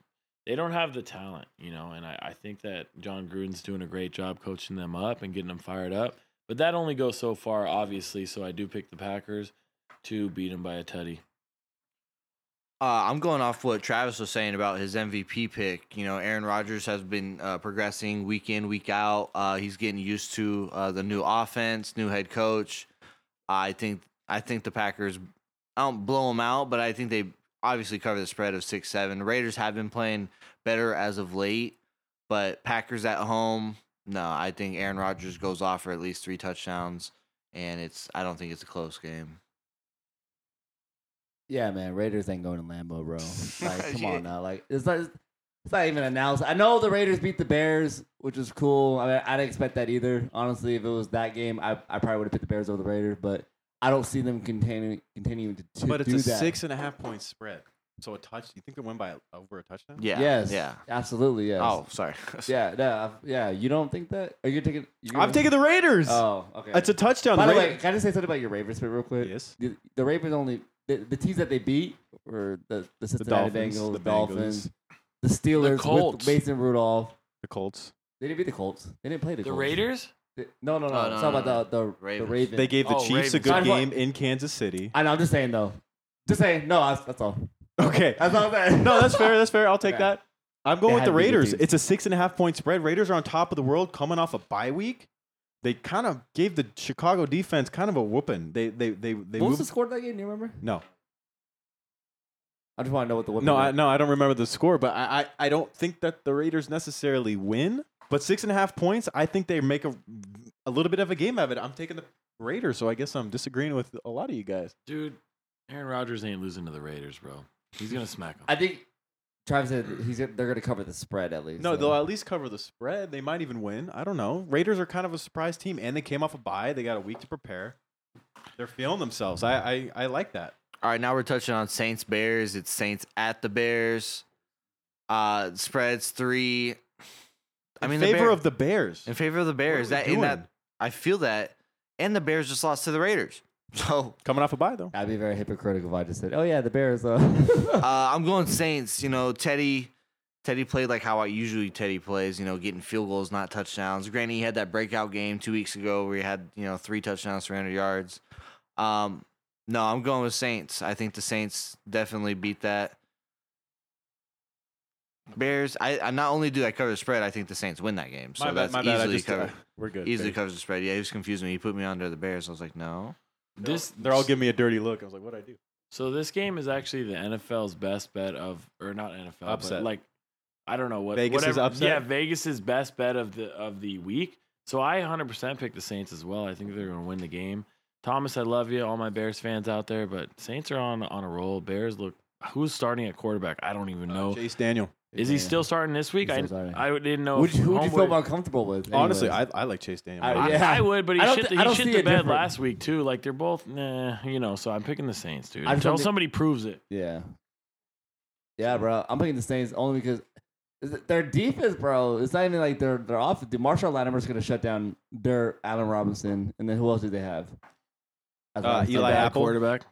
they don't have the talent, you know, and I, I think that John Gruden's doing a great job coaching them up and getting them fired up. But that only goes so far, obviously. So I do pick the Packers to beat them by a tutty. Uh, I'm going off what Travis was saying about his MVP pick. You know, Aaron Rodgers has been uh, progressing week in, week out. Uh, he's getting used to uh, the new offense, new head coach. I think I think the Packers. I don't blow them out, but I think they obviously cover the spread of six seven. Raiders have been playing better as of late, but Packers at home. No, I think Aaron Rodgers goes off for at least three touchdowns, and it's. I don't think it's a close game. Yeah, man. Raiders ain't going to Lambo, bro. Like, come Yeah. on now. Like, it's not. It's not even announced. I know the Raiders beat the Bears, which is cool. I mean, I didn't expect that either. Honestly, if it was that game, I, I probably would have picked the Bears over the Raiders, but I don't see them continuing continuing to, to But it's do a that. six and a half point spread. So a touch. You think they win by over a touchdown? Yeah. Yes. Yeah. Absolutely. Yes. Oh, sorry. Yeah. No, I've- yeah. You don't think that? Are you taking? You're I'm taking the Raiders. Oh, okay. it's a touchdown. By the Raiders- way, can I just say something about your Ravens pick real quick? yes. The, the Ravens only the, the teams that they beat were the the Cincinnati Dolphins, Bengals, the the Bengals. Dolphins, the Steelers Colts. with Mason Rudolph. The Colts. They didn't beat the Colts. They didn't play the, The Colts. Raiders? They- no, no, no. Oh, no, no, it's no, about no. the the Ravens. The Ravens. They gave the Oh, Chiefs a Ravens. good Sorry, what- game in Kansas City. I know. I'm just saying though. Just saying. No, that's, that's all. Okay. That's all. That. No, that's fair. That's fair. I'll take Okay. that. I'm going They with had the to be good Raiders. teams. It's a six and a half point spread. Raiders are on top of the world, coming off a bye week. They kind of gave the Chicago defense kind of a whooping. They they they they what was moved. the score of that game? Do you remember? no, I just want to know what the no, I, no. I don't remember the score, but I, I I don't think that the Raiders necessarily win. But six and a half points, I think they make a a little bit of a game of it. I'm taking the Raiders, so I guess I'm disagreeing with a lot of you guys. Dude, Aaron Rodgers ain't losing to the Raiders, bro. He's going to smack them. I think Travis said he's they're going to cover the spread at least. No, so. they'll at least cover the spread. They might even win. I don't know. Raiders are kind of a surprise team, and they came off a bye. They got a week to prepare. They're feeling themselves. I I, I like that. All right, now we're touching on Saints Bears. It's Saints at the Bears. Uh spreads three. I mean, the favor Bear- of the Bears. in favor of the Bears. we That and doing? that I feel that, and the Bears just lost to the Raiders. So Coming off a bye though. I'd be very hypocritical if I just said, "Oh yeah, the Bears." Uh, uh, I'm going Saints. You know, Teddy. Teddy played like how I usually Teddy plays. You know, getting field goals, not touchdowns. Granted, he had that breakout game two weeks ago where he had you know three touchdowns, 300 yards. Um, no, I'm going with Saints. I think the Saints definitely beat that. Bears. I, I not only do I cover the spread, I think the Saints win that game. So my that's bad. My bad. I easily just, covered. we're good. uh, easily Bears. covers the spread. Yeah, he was confusing me. He put me under the Bears. I was like, no. This They're all giving me a dirty look. I was like, what would I do? So this game is actually the NFL's best bet of, or not NFL, Upset. but like I don't know what Vegas' whatever, upset? Yeah, Vegas's best bet of the of the week. So I 100% pick the Saints as well. I think they're going to win the game. Thomas, I love you, all my Bears fans out there, but Saints are on on a roll. Bears look. Who's starting at quarterback? I don't even Oh. know. Chase Daniel. is he still starting this week? He's I still starting. I didn't know. would if you, who would you Homeboy- feel more comfortable with? Honestly, anyways? I, I like Chase Daniel. I- I- yeah. I would, but he I don't shit, thi- I the, he don't shit see the it bed different. last week too. Like they're both, nah, you know. So I'm picking the Saints, dude. I just Until don't think- somebody proves it. Yeah. Yeah, bro. I'm picking the Saints only because is it- their defense, bro. It's not even like their their offense. Dude, Marshall Latimer's gonna shut down their Allen Robinson, and then who else do they have? As Uh, wide- Eli a bad Apple. quarter- Quarterback.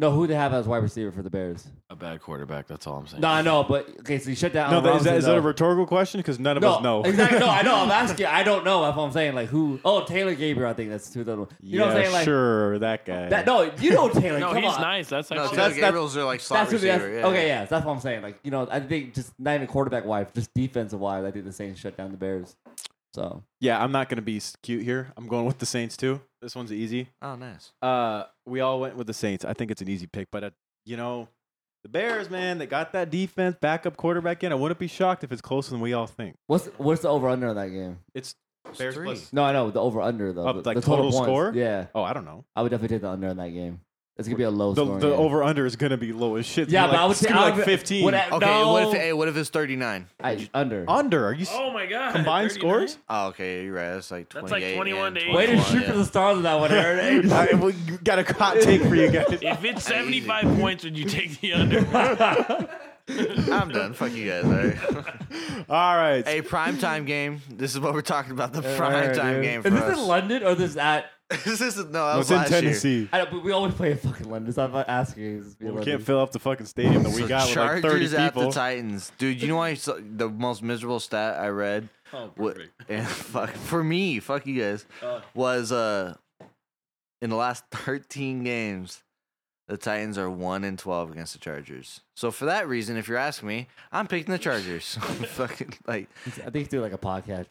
No, who they have as wide receiver for the Bears? a bad quarterback. That's all I'm saying. No, I know, but okay, so you shut down. no, Allen that, is, that, Robinson, is that a though. rhetorical question? Because none of no, us know. exactly. No, I know. I'm asking. I don't know. That's what I'm saying. Like who? Oh, Taylor Gabriel. I think that's who. The, you know what Yeah, I'm saying? Like sure, that guy. that. No, you know Taylor. no, come he's on. nice. That's No, that's- actually Taylor that's- Gabriel's are like slot That's what receiver. that's, okay, yeah, that's what I'm saying. Like, you know, I think just not even quarterback wise, just defensive wise, I think the Saints shut down the Bears. So yeah, I'm not gonna be s- cute here. I'm going with the Saints too. This one's easy. Oh, nice. Uh, we all went with the Saints. I think it's an easy pick, but uh, you know, the Bears, man, they got that defense, backup quarterback in. I wouldn't be shocked if it's closer than we all think. what's what's the over under on that game? It's Bears three. plus. No, I know the over under though. Of, the, like, the total, total points. score? Yeah, Oh, I don't know. I would definitely take the under on that game. It's gonna be a low The, scoring the game. over under is gonna be low as shit. Yeah, Like, but I would say screw I like would- 15 What I- Okay, no, what if hey, what if it's thirty nine? I, under? under. Are you s- Oh my god! combined 39? scores? Oh, okay, you're right. That's like That's twenty like eight. 21 to eight. Way to Well, shoot for the stars on that one, Aaron. All right, we got a hot take for you guys. If it's 75 points, would you take the under? I'm done. Fuck you guys. All right. All right. hey, prime time game. This is what we're talking about. The prime Alright, time dude. game for Is this us. in London or this at? this isn't. No, that No, it's was in last year. Tennessee. I don't, but we always play in fucking London. So I'm not asking. you, It's We London. can't fill up the fucking stadium that we So got with like Chargers 30 at the people. Titans, dude. You know why? it's The most miserable stat I read. oh, What? And fuck for me, fuck you guys. Uh. was uh in the last 13 games, the Titans are one and 12 against the Chargers. So for that reason, if you're asking me, I'm picking the Chargers. fucking like I think do like a podcast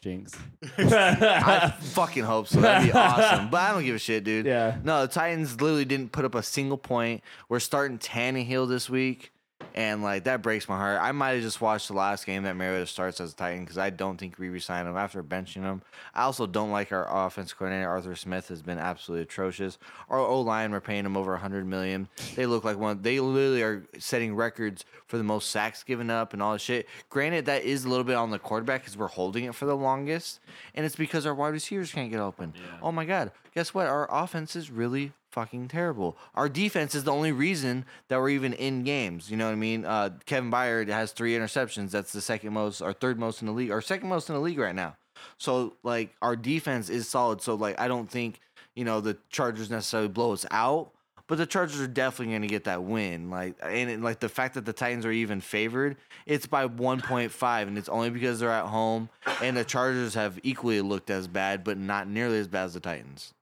jinx. I fucking hope so. That'd be awesome. But I don't give a shit, dude. Yeah. No, the Titans literally didn't put up a single point. We're starting Tannehill this week. And like that breaks my heart. I might have just watched the last game that Mariota starts as a Titan because I don't think we resign him after benching him. I also don't like our offense coordinator Arthur Smith has been absolutely atrocious. Our O line we're paying him over 100 million. They look like one. They literally are setting records for the most sacks given up and all that shit. Granted, that is a little bit on the quarterback because we're holding it for the longest, and it's because our wide receivers can't get open. Oh my god! Guess what? Our offense is really fucking terrible. Our defense is the only reason that we're even in games. You know what I mean? Uh, Kevin Byard has three interceptions. That's the second most, or third most in the league, or second most in the league right now. So like our defense is solid. So like I don't think you know the Chargers necessarily blow us out, but the Chargers are definitely going to get that win. Like and it- like the fact that the Titans are even favored, it's by 1.5, and it's only because they're at home and the Chargers have equally looked as bad, but not nearly as bad as the Titans.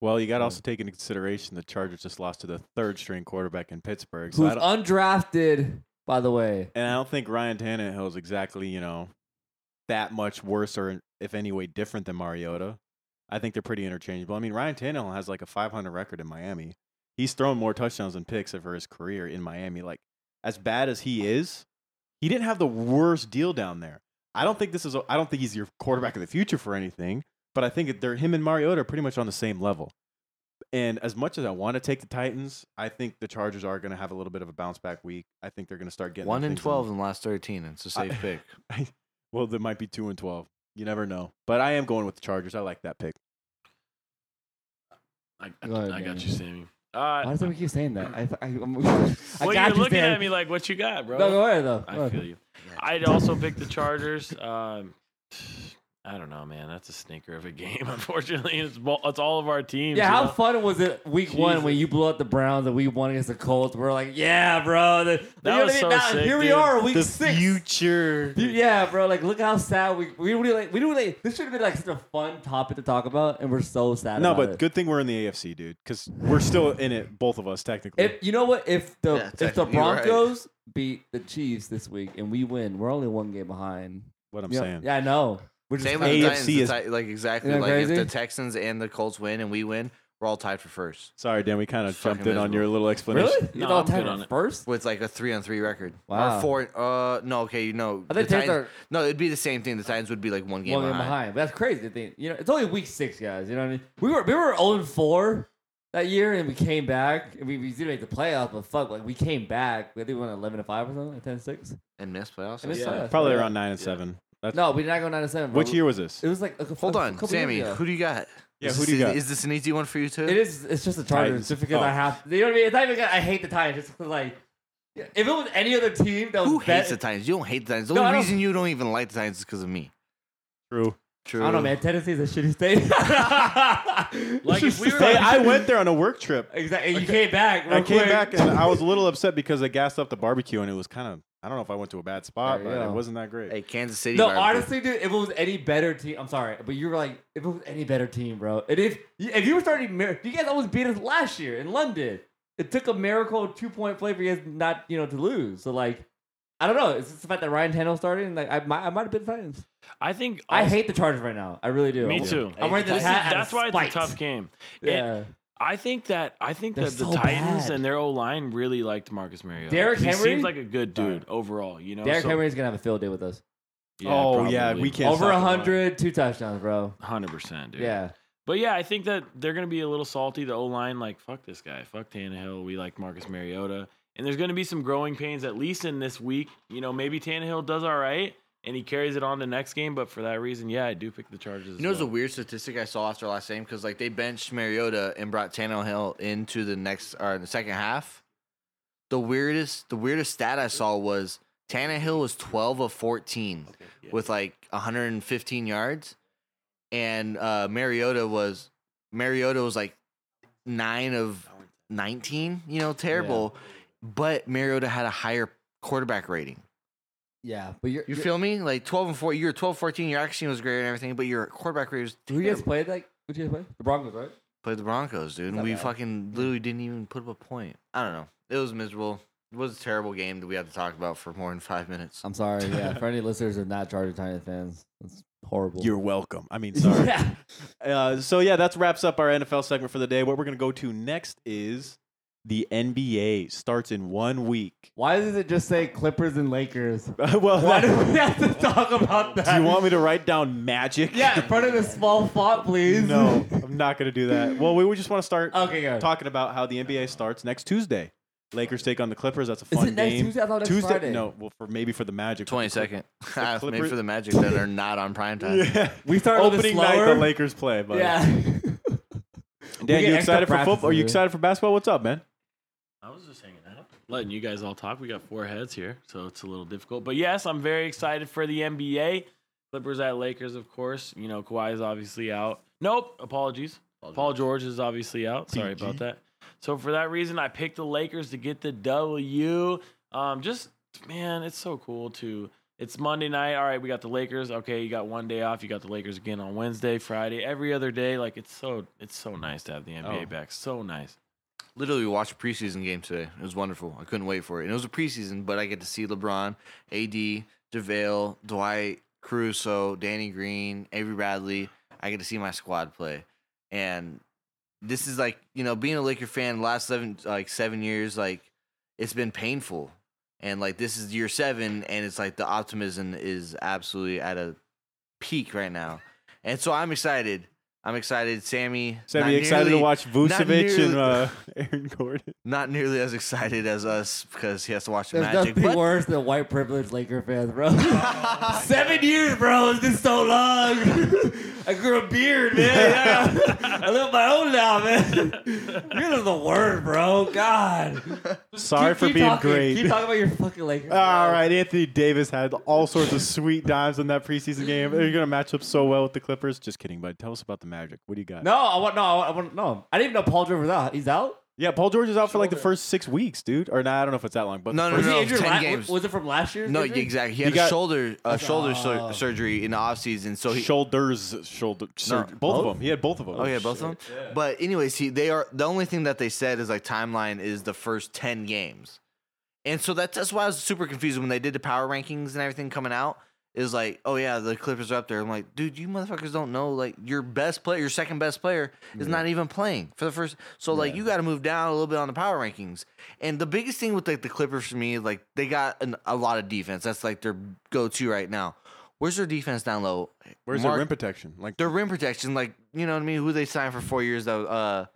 Well, you got to also take into consideration the Chargers just lost to the third string quarterback in Pittsburgh. So Who's I don't, undrafted, by the way. and I don't think Ryan Tannehill is exactly, you know, that much worse or, if any way, different than Mariota. I think they're pretty interchangeable. I mean, Ryan Tannehill has like a 500 record in Miami. He's thrown more touchdowns and picks over his career in Miami. Like, as bad as he is, he didn't have the worst deal down there. I don't think this is. A, I don't think he's your quarterback of the future for anything. But I think that they're him and Mariota are pretty much on the same level. And as much as I want to take the Titans, I think the Chargers are going to have a little bit of a bounce back week. I think they're going to start getting One their and things in. 12 in the last 13. It's a safe pick. Well, there might be two and twelve. You never know. But I am going with the Chargers. I like that pick. I, Go ahead, I got Daniel. you, Sammy. Uh, Why does everyone keep saying that? I, I, I'm, I well, got you're you looking Stan. at me like, what you got, bro? No, go ahead though. I feel you. I'd also pick the Chargers. Um, I don't know, man. That's a stinker of a game. Unfortunately, it's bo- it's all of our teams. Yeah, you how know? fun was it week one when you blew up the Browns and we won against the Colts? We're like, yeah, bro. The, you know what was I mean? so Now, sick, Here we dude. are, week six. future. Dude, yeah, bro. Like, look how sad we we really like we do like this should have been like such a fun topic to talk about, and we're so sad. No, about but it. good thing we're in the AFC, dude, because we're still in it, both of us technically. If you know what, if the Yeah, if the technically, you're right. Broncos beat the Chiefs this week and we win, we're only one game behind. what I'm Yeah, saying. yeah, I know. We're just Same with kinda- the AFC Titans. the is- Ti- like exactly Isn't that like if crazy? the Texans and the Colts win and we win, we're all tied for first Sorry, Dan, we kind of It's fucking jumped in on your little explanation. really? You No, thought I'm good Titans on it. first? with like a three on three record. Wow. Or four. Uh, no, okay, you know. I the think Titans Titans- are- No, it'd be the same thing. The Titans would be like one game one game behind. behind. But that's crazy to think. You know, it's only week six, guys. You know what I mean? We were we were 0 4 that year, and we came back. And we, we didn't make the playoffs, but fuck, like we came back. We I think we went 11 to five or something, like 10 6. and miss playoffs. And it's Yeah. us, Probably yeah. around nine and seven. That's, No, we did not go nine to seven. bro. Which year was this? It was like a, a- Hold a on, couple Sammy. years ago. Who do you got? Yeah, Is who this do you an- got? Is this an easy one for you too? It is. It's just the Chargers, Titans. just because Oh. I have. You know what I mean? It's not even. 'cause I hate the Titans. It's just 'cause, like, if it was any other team that was Who bet- hates the Titans? You don't hate the Titans. The No, I only don't- reason you don't even like the Titans is because of me. True. True. I don't know, man. Tennessee's a shitty state. Like if we were, Hey, I went there on a work trip. exactly. You came back. Real I came quick. back and I was a little upset because they gassed up the barbecue and it was kind of I don't know if I went to a bad spot, There but you it go. wasn't that great. Hey, Kansas City. No, barbecue. honestly, dude, if it was any better team, I'm sorry, but you were like, if it was any better team, bro, and if if you were starting, mir- you guys almost beat us last year in London. It took a miracle two point play for you guys not, you know, to lose. So like, I don't know. It's just the fact that Ryan Tannehill started, and like, I might, I might have been Titans. I think I hate the Chargers right now. I really do. Me too. I'm wearing This the is- hat. out of That's why it's a spite. tough game. It- Yeah. I think that I think They're that the so Titans bad. and their O line really liked Marcus Mariota. Derrick he Henry? seems like a good dude overall. You know, Derrick So- Henry's gonna have a field day with us. Yeah, oh yeah, we can't Over stop the line. 100, two touchdowns, bro. Hundred percent, dude. Yeah. But yeah, I think that they're gonna be a little salty. The O line, like, fuck this guy, fuck Tannehill. We like Marcus Mariota, and there's gonna be some growing pains at least in this week. You know, maybe Tannehill does all right and he carries it on to next game. But for that reason, yeah, I do pick the Chargers. as You know, there's a well. weird statistic I saw after last game because like they benched Mariota and brought Tannehill into the next or in the second half. The weirdest, the weirdest stat I saw was Tannehill was 12 of 14 with like 115 yards, and uh, Mariota was Mariota was like nine of 19. You know, terrible. But Mariota had a higher quarterback rating. Yeah, but you're, You you're- feel me? Like 12 and 4, you were 12, 14, your action was great and everything, but your quarterback rating was who you terrible guys played like? Who you guys play? The Broncos, right? played the Broncos, dude. And Not we bad. fucking literally didn't even put up a point. I don't know. It was miserable. It was a terrible game that we had to talk about for more than five minutes. I'm sorry. Yeah, for any listeners who are not Charger Titans fans, that's horrible. You're welcome. I mean, sorry. yeah. Uh, so yeah, that wraps up our NFL segment for the day. What we're gonna go to next is the NBA starts in one week. Why does it just say Clippers and Lakers? well, Why do that- we have to talk about that? do you want me to write down magic? Yeah, in front of the small font, please. no, I'm not gonna do that. Well, we would just want to start Okay, go. talking about how the NBA starts next Tuesday. Lakers take on the Clippers. That's a Is fun it next game. Tuesday? I thought next Tuesday? Friday. No, well, for maybe for the Magic. Twenty second. Maybe Clippers- for the Magic that are not on prime time. Yeah. We start a little bit Opening night, the slower. Lakers play. But Yeah. Dan, get you extra excited for practice football? Are you today. excited for basketball? What's up, man? I was just hanging out, letting you guys all talk. We got four heads here, so it's a little difficult. But yes, I'm very excited for the NBA. Clippers at Lakers, of course. You know, Kawhi is obviously out. Nope, apologies. Paul George is obviously out. Sorry about that. So for that reason, I picked the Lakers to get the W. Um, just man, it's so cool to. It's Monday night. All right, we got the Lakers. Okay, you got one day off. You got the Lakers again on Wednesday, Friday, every other day. Like it's so, it's so nice to have the NBA Oh. back. So nice. Literally watched a preseason game today. It was wonderful. I couldn't wait for it. And it was a preseason, but I get to see LeBron, AD, JaVale, Dwight, Caruso, Danny Green, Avery Bradley. I get to see my squad play. And this is like, you know, being a Laker fan the last seven like seven years, like it's been painful. And like this is year seven, and it's like the optimism is absolutely at a peak right now. And so I'm excited I'm excited. Sammy. Sammy, not you excited nearly- to watch not Vucevic and nearly- uh, Aaron Gordon? Not nearly as excited as us because he has to watch the There's Magic. nothing but- worse than white privileged Laker fans, bro. Seven years, bro. It's been so long. I grew a beard, man. I live my own now, man. You're the worst, bro. God. Sorry Keep- for keep being talking. great. Keep talking about your fucking Lakers. All right, Anthony Davis had all sorts of sweet dimes in that preseason game. They're going to match up so well with the Clippers. Just kidding, bud. Tell us about the Magic. What do you got? No, I want no, I want, I want no. I didn't even know Paul George was out. He's out. Yeah, Paul George is out for like the first six weeks, dude. Or nah, I don't know if it's that long, but No, no, Was no, he no. injured Ten la- games. Was it from last year's? no, injury? exactly. He You had got- a shoulder uh, shoulder sur- Oh. surgery in the offseason, so he shoulders, shoulder, sur- both, of them. He had both of them. Oh yeah, both of them. But anyways, he they are the only thing that they said is like timeline is the first ten games, and so that's that's why I was super confused when they did the power rankings and everything coming out. Is like, oh yeah, the Clippers are up there. I'm like, dude, you motherfuckers don't know like your best player, your second best player is not even playing for the first. So like, you got to move down a little bit on the power rankings. And the biggest thing with like the Clippers for me is like they got an, a lot of defense. That's like their go to right now. Where's their defense down low? Where's Mark- their rim protection? Like their rim protection, like you know what I mean, who they signed for four years though, uh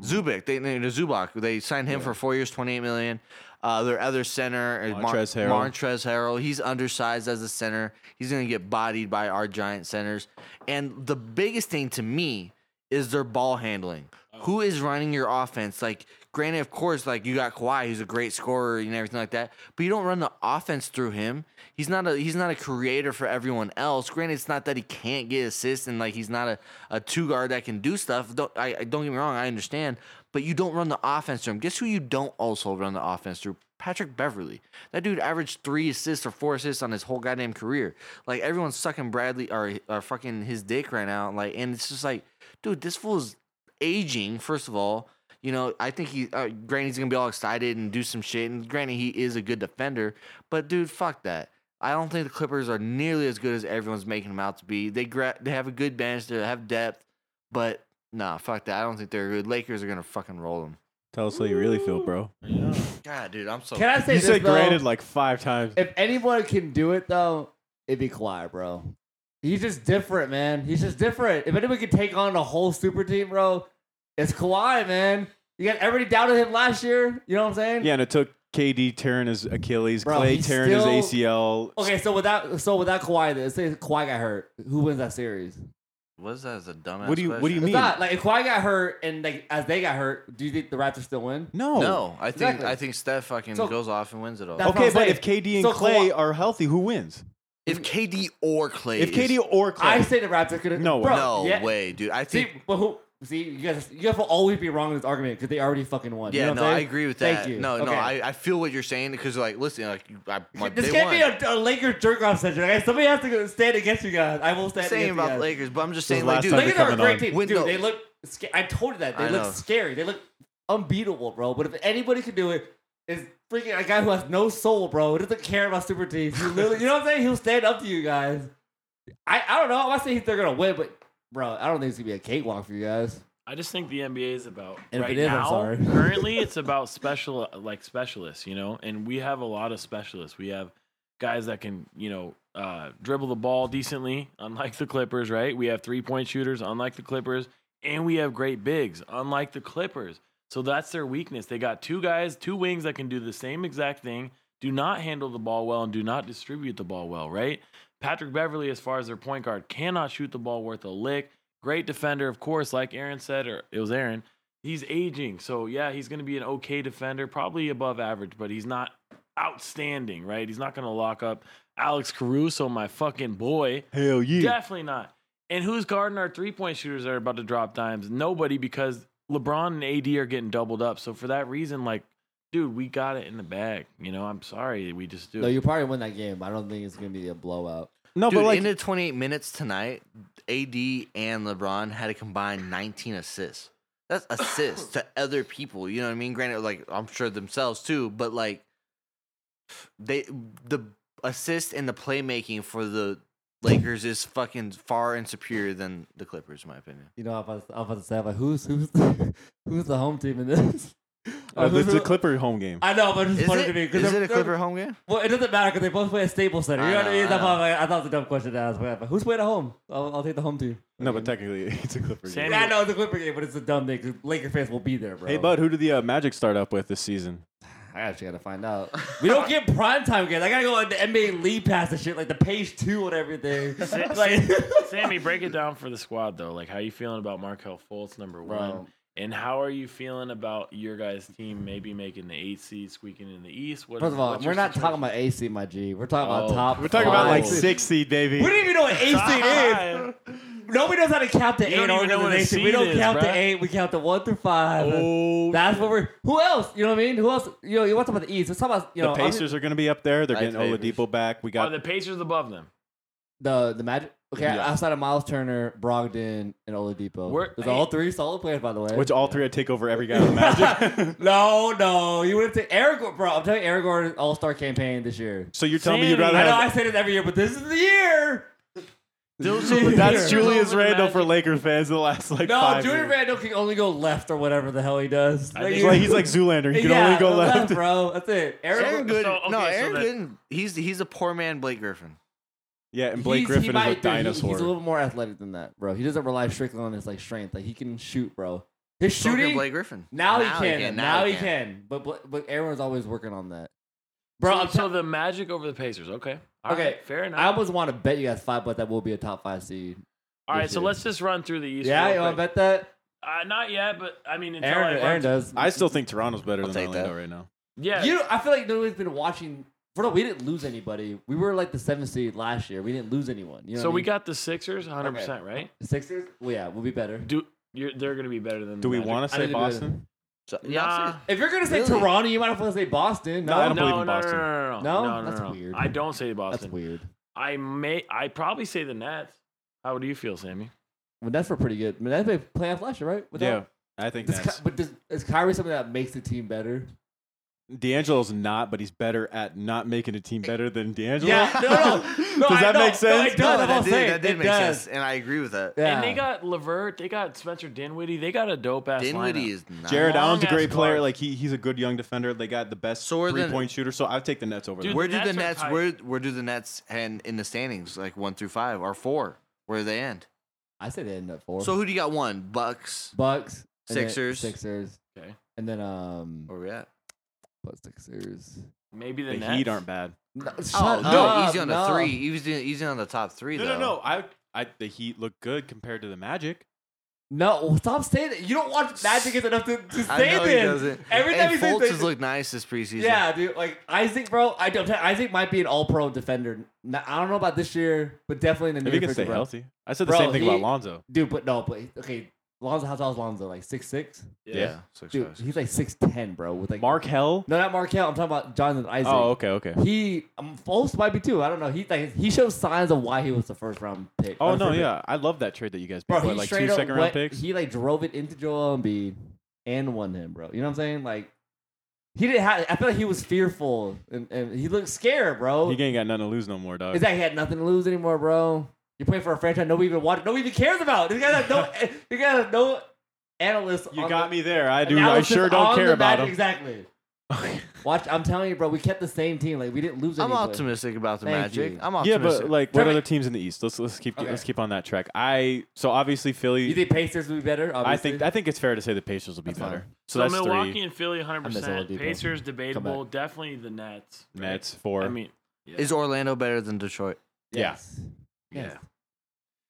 Mm-hmm. Zubik, they named Zubak. They signed him for four years, twenty eight million. Uh their other center is Mar- Montrezl Harrell. Montrezl Harrell. He's undersized as a center. He's gonna get bodied by our giant centers. And the biggest thing to me is their ball handling. Who is running your offense? Like, granted, of course, like you got Kawhi, who's a great scorer and everything like that, but you don't run the offense through him. He's not a he's not a creator for everyone else. Granted, it's not that he can't get assists and like he's not a, a two guard that can do stuff. Don't I, I don't get me wrong, I understand, but you don't run the offense through him. Guess who you don't also run the offense through? Patrick Beverly. That dude averaged three assists or four assists on his whole goddamn career. Like everyone's sucking Bradley or, or fucking his dick right now. Like, and it's just like, dude, this fool's aging. First of all, you know, I think he, uh, Granny's gonna be all excited and do some shit. And Granny, he is a good defender, but dude, fuck that. I don't think the Clippers are nearly as good as everyone's making them out to be. They gra- they have a good bench, they have depth, but nah, fuck that. I don't think they're good. Lakers are gonna fucking roll them. tell us how you really feel, bro. God, dude, I'm so. Can I say You this, said though? granted like five times. If anyone can do it though, it'd be Kawhi, bro. He's just different, man. He's just different. If anyone could take on a whole super team, bro, it's Kawhi, man. You got everybody doubted him last year. You know what I'm saying? Yeah, and it took KD tearing his Achilles, Bro, Clay he's tearing still- his ACL. Okay, so without so without Kawhi, then, say Kawhi got hurt, who wins that series? What is that? As a dumbass. What do you- what do you question? It's mean? not like if Kawhi got hurt and like as they got hurt, do you think the Raptors still win? No. No, I think Exactly. I think Steph fucking So- goes off and wins it all. Oh, That's- Okay, what but I'm if KD and So Clay Kawhi- are healthy, who wins? If KD or Clay, If is- KD or Clay, I say the Raptors could. No way. bro, no yeah. way, dude. I See, think but who? See, you guys, you guys will always be wrong in this argument because they already fucking won. You Yeah, know what no, I'm I saying? agree with Thank that. you. No, no, Okay. I, I feel what you're saying because like, listen, like you- I, my, This they can't won. be a, a Laker jerk off session. Okay? Somebody has to go stand against you guys. I will stand saying against about you guys. Lakers, but I'm just saying, last like, dude, time Lakers are a coming great on. team. Win- Dude, no. they look. sca- I told you that. They I look know. scary. They look unbeatable, bro. But if anybody could do it, is freaking a guy who has no soul, bro. Who doesn't care about super teams. He literally, you know what I'm saying? He'll stand up to you guys. I, I don't know. I'm not saying they're going to win, but, bro, I don't think it's going to be a cakewalk for you guys. I just think the NBA is about And if it right is, I'm now. sorry. currently, it's about special like specialists, you know. And we have a lot of specialists. We have guys that can, you know, uh, dribble the ball decently, unlike the Clippers, right? We have three point shooters, unlike the Clippers, and we have great bigs, unlike the Clippers. So that's their weakness. They got two guys, two wings that can do the same exact thing, do not handle the ball well, and do not distribute the ball well, right? Patrick Beverly, as far as their point guard, cannot shoot the ball worth a lick. Great defender, of course, like Aaron said, or it was Aaron. He's aging. So, yeah, he's going to be an okay defender, probably above average, but he's not outstanding, right? He's not going to lock up Alex Caruso, my fucking boy. hell yeah. Definitely not. And who's guarding our three point shooters that are about to drop dimes? Nobody, because LeBron and AD are getting doubled up. So, for that reason, like, dude, we got it in the bag. You know, I'm sorry. We just do. No, you probably win that game. I don't think it's going to be a blowout. No, dude, but like, in the 28 minutes tonight, AD and LeBron had a combined 19 assists. That's assists to other people. You know what I mean? Granted, like I'm sure themselves too, but like they the assist and the playmaking for the Lakers is fucking far and superior than the Clippers, in my opinion. You know, I'm about to, I'm about to say, I'm like, who's, who's, who's the home team in this? Uh, it's a Clipper home game. I know, but it's Is funny it, to me is because it a Clipper home game? Well, it doesn't matter because they both play at Staples Center. You know, I what I know, mean? I That's know. why I'm like, I thought it was a dumb question to ask. But but who's playing at home? I'll, I'll take the home team. No, but technically it's a Clipper Sam- game. Yeah, I know it's a Clipper game, but it's a dumb thing. 'cause Laker fans will be there, bro. Hey, bud, who did the uh, Magic start up with this season? I actually gotta find out. We don't get prime time games. I gotta go on the NBA League Pass and shit, like the page two and everything. Sa- like, Sammy, break it down for the squad though. Like, how you feeling about Markel Fultz, number Bro. one, and how are you feeling about your guys' team maybe making the eight seed, squeaking in the East? What, First of all, what's we're your not talking situation? about AC, my G. We're talking Oh. about top. We're talking about like five. six seed, baby. We don't even know what AC is. Five. Nobody knows how to count to You eight don't even know what a organization. We seed don't is, count to bruh. eight. We count to one through five. Oh, That's what we're. Who else? You know what I mean? Who else? You know, you want to talk about the East? Let's talk about you the know Pacers are going to be up there. They're Like getting Pacers. Oladipo back. We Are got the Pacers above them? the the Magic. Okay, Yeah. outside of Miles Turner, Brogdon, and Oladipo. We're- Those are all three solid players, by the way. which all three I take over every guy on the Magic. no, no, you would have to Eric, bro. I'm telling you, Eric Gordon All Star campaign this year. so you're telling me you'd Sammy, rather I know have I say this every year, but this is the year. Those This is are the the- That's Here. year. Julius Over the Randle Magic. for Laker fans the last like No, five Julian years. Randle can only go left or whatever the hell he does. I think- He's like, he's like Zoolander. He can yeah, only go left. bro. That's it. Aaron Eric, Gooden. so, no, okay, so Aaron that- Gooden. He's he's a poor man, Blake Griffin. Yeah, and Blake he's- he Griffin is might- a dude, he- dinosaur. he's a little more athletic than that, bro. He doesn't rely strictly on his like strength. Like he can shoot, bro. His So can shooting Blake Griffin. now, he can. Now, he can. But Bla- but Aaron's always working on that, bro. I'm so, so t- the Magic over the Pacers. Okay. All Okay. right, fair enough. I almost want to bet you guys five, but that will be a top five seed. All right, so year. let's just run through the East. yeah, real you want to quick. bet that? Uh, not yet, but I mean, until I Aaron, run Aaron through- does. I still think Toronto's better I'll than take Orlando that. right now. Yeah, You, know, I feel like nobody's been watching. Bro, we didn't lose anybody. We were like the seventh seed last year. We didn't lose anyone. You know so what I we mean? got the Sixers, hundred percent, right? Sixers. Well, yeah, we'll be better. Do you're, they're going to be better than. Do the we Magic. want to I say didn't do it. Boston? So, Nah. If you're gonna say Really? Toronto, you might as well say Boston. No, No, I don't no, believe in no, Boston. No, no, No? no, no, no, That's no. weird. I don't say Boston. that's weird. I may, I probably say the Nets. How do you feel, Sammy? Well, that's for pretty good. I mean, that's a playoff last year, right? Without- Yeah, I think Does Ky- that's but does, is Kyrie something that makes the team better? D'Angelo's not, but he's better at not making a team better than D'Angelo. no, no. no Does I- that no, make No, sense? it does. No, I'm that all did, saying that did it make does. sense, and I agree with that. Yeah. And they got Levert, they got Spencer Dinwiddie, they got a dope ass Dinwiddie lineup. is not. Jared Long Allen's a ass great player. guard. Like he, he's a good young defender. They got the best So are the- three point shooter. So I take the Nets over. Dude, them. where do the the Nets Nets? are tight. Where where do the Nets end in the standings? Like one through five or four? Where do they end? I said they end up four. So who do you got? One Bucks. Bucks, and then Sixers. Oh, Sixers. Okay. And then um, Where we at? what Sixers? Maybe the, the Nets. Heat aren't bad. No, Oh shut no, up, easy on the no. three. Easy, easy on the top three. No, though. no, no. I, I the Heat look good compared to the Magic. No, stop saying that. You don't watch Magic is enough to, to I say know he this. doesn't. Every time and he says Fultz this, has looked nice this preseason. Yeah, dude. Like Isaac, bro. I don't. Isaac might be an All-Pro defender. N- I don't know about this year, but definitely in the If near he can future, stay bro. healthy, I said the Bro, same thing he- about Lonzo. Dude, but no, but okay. Lonzo, how tall is Lonzo? Like six six. yeah. Six, Dude, five, six. he's like six ten, bro. With like Mark Hell. No, not Markel. I'm talking about Jonathan Isaac. Oh, okay, okay. He um, Fultz might be too. I don't know. He like he shows signs of why he was the first round pick. Oh Or no, first pick. yeah, I love that trade that you guys Bro, picked. What, he like straight two up second went- round picks. He like drove it into Joel Embiid and won him, bro. You know what I'm saying? Like he didn't have. I feel like he was fearful and, and he looked scared, bro. He ain't got nothing to lose no more, dog. Is that he had nothing to lose anymore, bro? You play for a franchise nobody even watch, nobody even cares about. You got no, you got no analyst. you on got the, me there. I do. I analysis sure on don't care the about Magic, him. Exactly. Watch, I'm telling you, bro. We kept the same team. Like we didn't lose. I'm any players. optimistic about the Thank Magic. you. I'm Yeah, optimistic. but like, what Trevor- other teams in the East? Let's let's keep Okay. let's keep on that track. I so obviously Philly. You think Pacers would be better? I Obviously. think I think it's fair to say the Pacers will be That's better. fine. So, so that's Milwaukee three. and Philly, hundred percent. Oladipo. Pacers debatable, Come definitely the Nets. right? Nets four. I mean, yeah. is Orlando better than Detroit? yes. Yeah. Yes.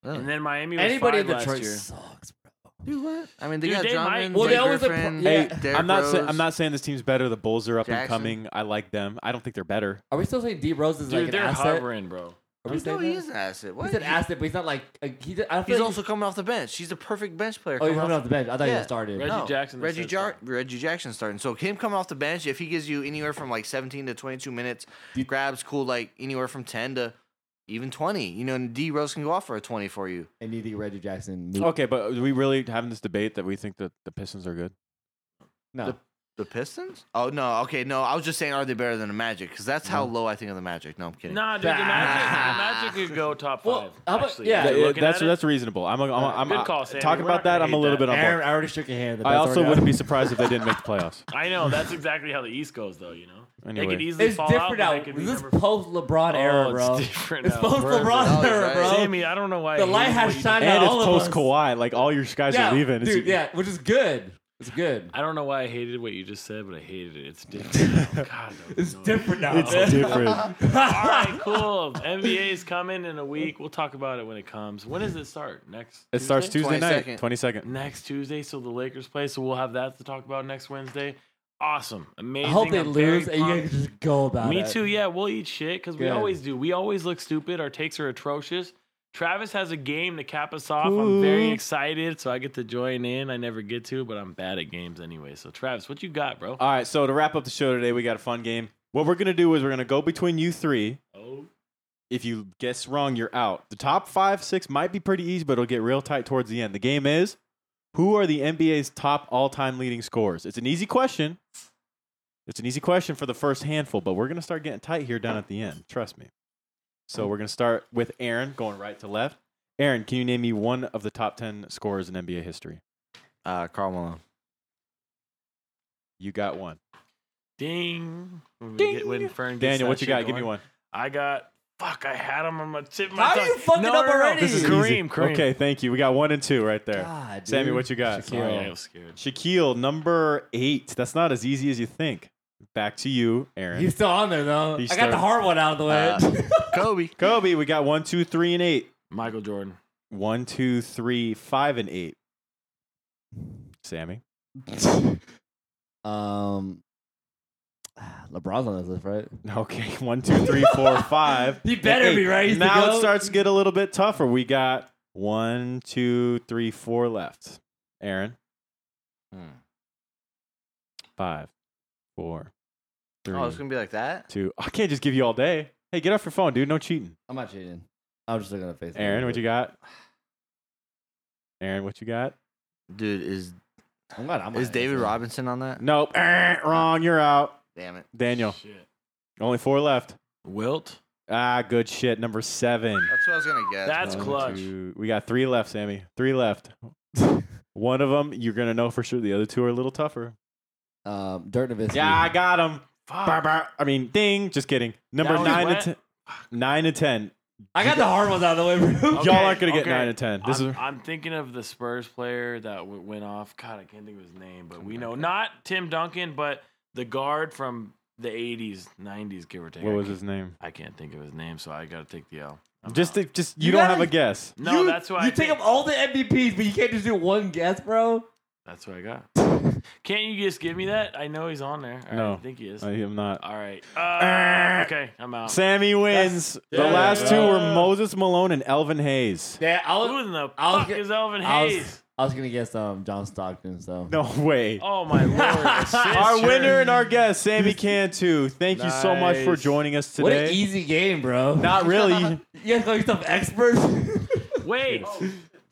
Really? and then Miami. Was Anybody in five last Detroit year. sucks, bro. Dude, what? I mean, they Dude, got they might- Drummond, Well, they Blake always have- Griffin, yeah. Derrick I'm not saying Rose. I'm not saying this team's better. The Bulls are up and Jackson. coming. I like them. I don't think they're better. Are we still saying D Rose is Dude, like an they're asset? hovering, Are bro. we Dude, No, saying he that? is an asset. What? He's an asset, but he's not like a, he. I don't feel He's like also coming off the bench. He's a perfect bench player. Oh, he's coming coming off the bench. I thought he Yeah. was started. Reggie No, Jackson that Reggie, says Jar- that. Reggie Jackson starting. So him coming off the bench, if he gives you anywhere from like 17 to 22 minutes, grabs cool like anywhere from 10 to even 20. You know, and D Rose can go off for a 20 for you. And you think Reggie Jackson? Moved. Okay, but are we really having this debate that we think that the Pistons are good? No. The- The Pistons? Oh no. Okay, no. I was just saying, are they better than the Magic? Because that's how low I think of the Magic. No, I'm kidding. Nah, dude, the Magic, the Magic could go top five. Well, how about- actually, yeah, now Are That- you're yeah, looking that's at it. that's reasonable. I'm, a, I'm, a, I'm a- Good call, Sammy. talk We're about not that. gonna I'm a hate little that. bit on board. Aaron, I already shook your hand. I That's also already wouldn't out. be surprised if they didn't make the playoffs. I know that's exactly how the East goes, though. You know, they Anyway. could easily It's fall out. different but now. they could be This is number post LeBron era, Oh, bro. It's different. It's now. post Oh, LeBron era, right. bro. Sammy, I don't know why the I light hate has what you shined did. on And it's all of us. post Kawhi. Like all your guys Yeah, are leaving. It's- dude. Yeah, which is good. It's good. I don't know why I hated what you just said, but I hated it. It's different. now. God, that was It's annoying. different now. It's different. All right, cool. NBA's coming in a week. We'll talk about it when it comes. When does it start? Next. It starts Tuesday night, 22nd. twenty second. next Tuesday. So the Lakers play. So we'll have that to talk about next Wednesday. Awesome, I amazing. hope they I'm very lose, and you pumped. guys just go about Me it. too. Yeah, we'll eat shit because we Good. always do. We always look stupid. Our takes are atrocious. Travis has a game to cap us off. I'm very excited, so I get to join in. I never get to, but I'm bad at games anyway. So Travis, what you got, bro? Uh, All right. So to wrap up the show today, we got a fun game. What we're gonna do is we're gonna go between you three. Oh, If you guess wrong, you're out. The top five, six might be pretty easy, but it'll get real tight towards the end. The game is who are the NBA's top all time leading scorers? It's an easy question. It's an easy question for the first handful, but we're going to start getting tight here down at the end. Trust me. So we're going to start with Aaron going right to left. Aaron, can you name me one of the top 10 scorers in NBA history? Uh, Karl Malone. You got one. ding! When, we get, when Fern gets Daniel, that what you shit got? Give me going. one. I got. Fuck! I had him on my tip. of My How are tongue. you fucking No, up no, no, already? This is Kareem. Kareem. Okay, thank you. We got one and two right there. God, dude. Sammy, what you got? Oh, Sorry, Oh, I was scared. Shaquille, number eight. That's not as easy as you think. Back to you, Aaron. He's still on there though. He's I got the starting. hard one out of the way. Uh, Kobe. Kobe, we got one, two, three, and eight. Michael Jordan. One, two, three, five, and eight. Sammy. Uh, Um, LeBron's on this list, right? Okay, one, two, three, four, five. he better and be eight. right. He's the Now goat. it starts to get a little bit tougher. We got one, two, three, four left. Aaron. Five, four, three, Oh, it's gonna be like that. two. I can't just give you all day. Hey, get off your phone, dude. No cheating. I'm not cheating. I'm just looking at Facebook. Aaron, what you got? Aaron, what you got? Dude, is I'm glad I'm is on David this. Robinson on that? Nope. Eh, Wrong. You're out. Damn it. Daniel, Shit. only four left. Wilt. Ah, good shit. Number seven. That's what I was gonna guess. That's One, clutch. two- we got three left, Sammy. Three left. One of them you're gonna know for sure. The other two are a little tougher. Um, Dirt Nowitzki. Yeah, I got him. Fuck. I mean, ding. Just kidding. Number That was nine and wet. ten. Nine and ten. I got the hard ones out of the way, bro. Okay, Y'all aren't gonna get okay. nine and ten. This I'm, is I'm thinking of the Spurs player that w- went off. God, I can't think of his name, but Oh we know not Tim Duncan, but the guard from the '80s, '90s, give or take. what was I can't, his name? I can't think of his name, so I got to take the L. I'm Just, out. to, just you, You don't gotta- have a guess. no, You- that's why you I take think, up all the MVPs, but you can't just do one guess, bro. That's what I got. can't you just give me that? I know he's on there. All right, No. I think he is. I am not. all right. Uh, okay, I'm out. Sammy wins. the Yeah. last two were Moses Malone and Elvin Hayes. Yeah, I Who in the I was fuck get- is Elvin I Hayes? was, I was gonna guess um John Stockton. So No way. oh my lord! assist, our sure. winner and our guest, Sammy Cantu. Thank you so much for Nice. joining us what an today. easy game, bro. Not really. You guys call yourself experts? Wait,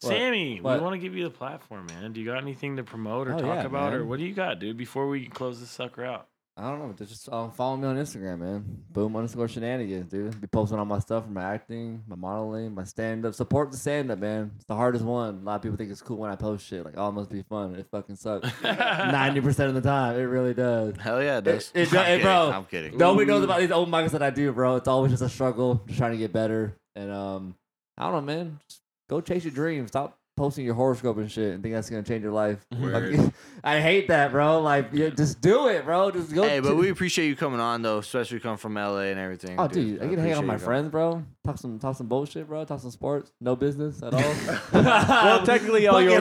Sammy, What? we want to give you the platform, man. Do you got anything to promote or Oh, talk yeah, about, or man. what do you got, dude? Before we close this sucker out, I don't know. but Just um, follow me on Instagram, man. Boom underscore shenanigans, dude. Be posting all my stuff from my acting, my modeling, my stand up. Support the stand up, man. It's the hardest one. A lot of people think it's cool when I post shit. Like, oh, it must be fun. It fucking sucks. Ninety percent of the time, it really does. Hell yeah, it does. it- I'm hey, kidding. bro. I'm kidding. Nobody knows about these old mics that I do, bro. It's always just a struggle, just trying to get better. And um, I don't know, man. Just go chase your dreams. Stop posting your horoscope and shit and think that's gonna change your life. Like, I hate that, bro. Like, yeah, just do it, bro. Just go. Hey, to- but we appreciate you coming on though, especially coming from LA and everything. Oh, dude, I get to hang out appreciate with my you coming. friends, bro. Talk some, talk some bullshit, bro. Talk some sports. No business at all. well, technically, all Fucking your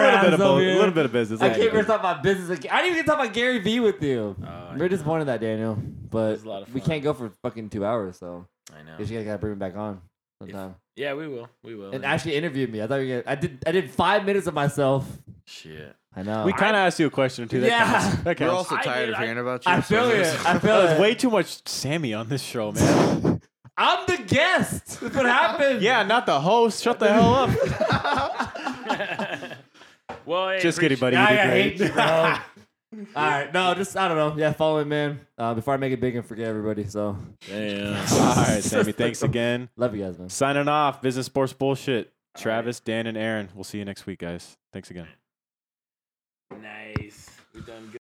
a little bit ass of over both, here. a little bit of business. I can't even talk about business. again. I didn't even talk about Gary Vee with you. Oh, I We're disappointed that Daniel, but was Uh, a lot of Uh, we fun. can't go for fucking two hours. So I I know. guess you guys gotta bring him back on sometime. Yeah, we will. We will. and actually interviewed me. I thought you were gonna, I did. I did five minutes of myself. shit. I know. We kind of asked you a question or two. That Yeah. counts. That We're counts. also I tired did- of I- hearing about you. I so feel it's- it. I feel There's it. way too much Sammy on this show, man. I'm the guest. That's what happened. yeah, not the host. Shut the hell up. Well, hey, Just appreciate- kidding, buddy. I You hate did you, great. bro. All right, no, just I don't know. Yeah, follow him, man. Uh, before I make it big and forget everybody. So Damn. All right, Sammy. Thanks again. love you guys, man. Signing off. Business Sports Bullshit. Travis, Dan, and Aaron. We'll see you next week, guys. Thanks again. nice. We done good.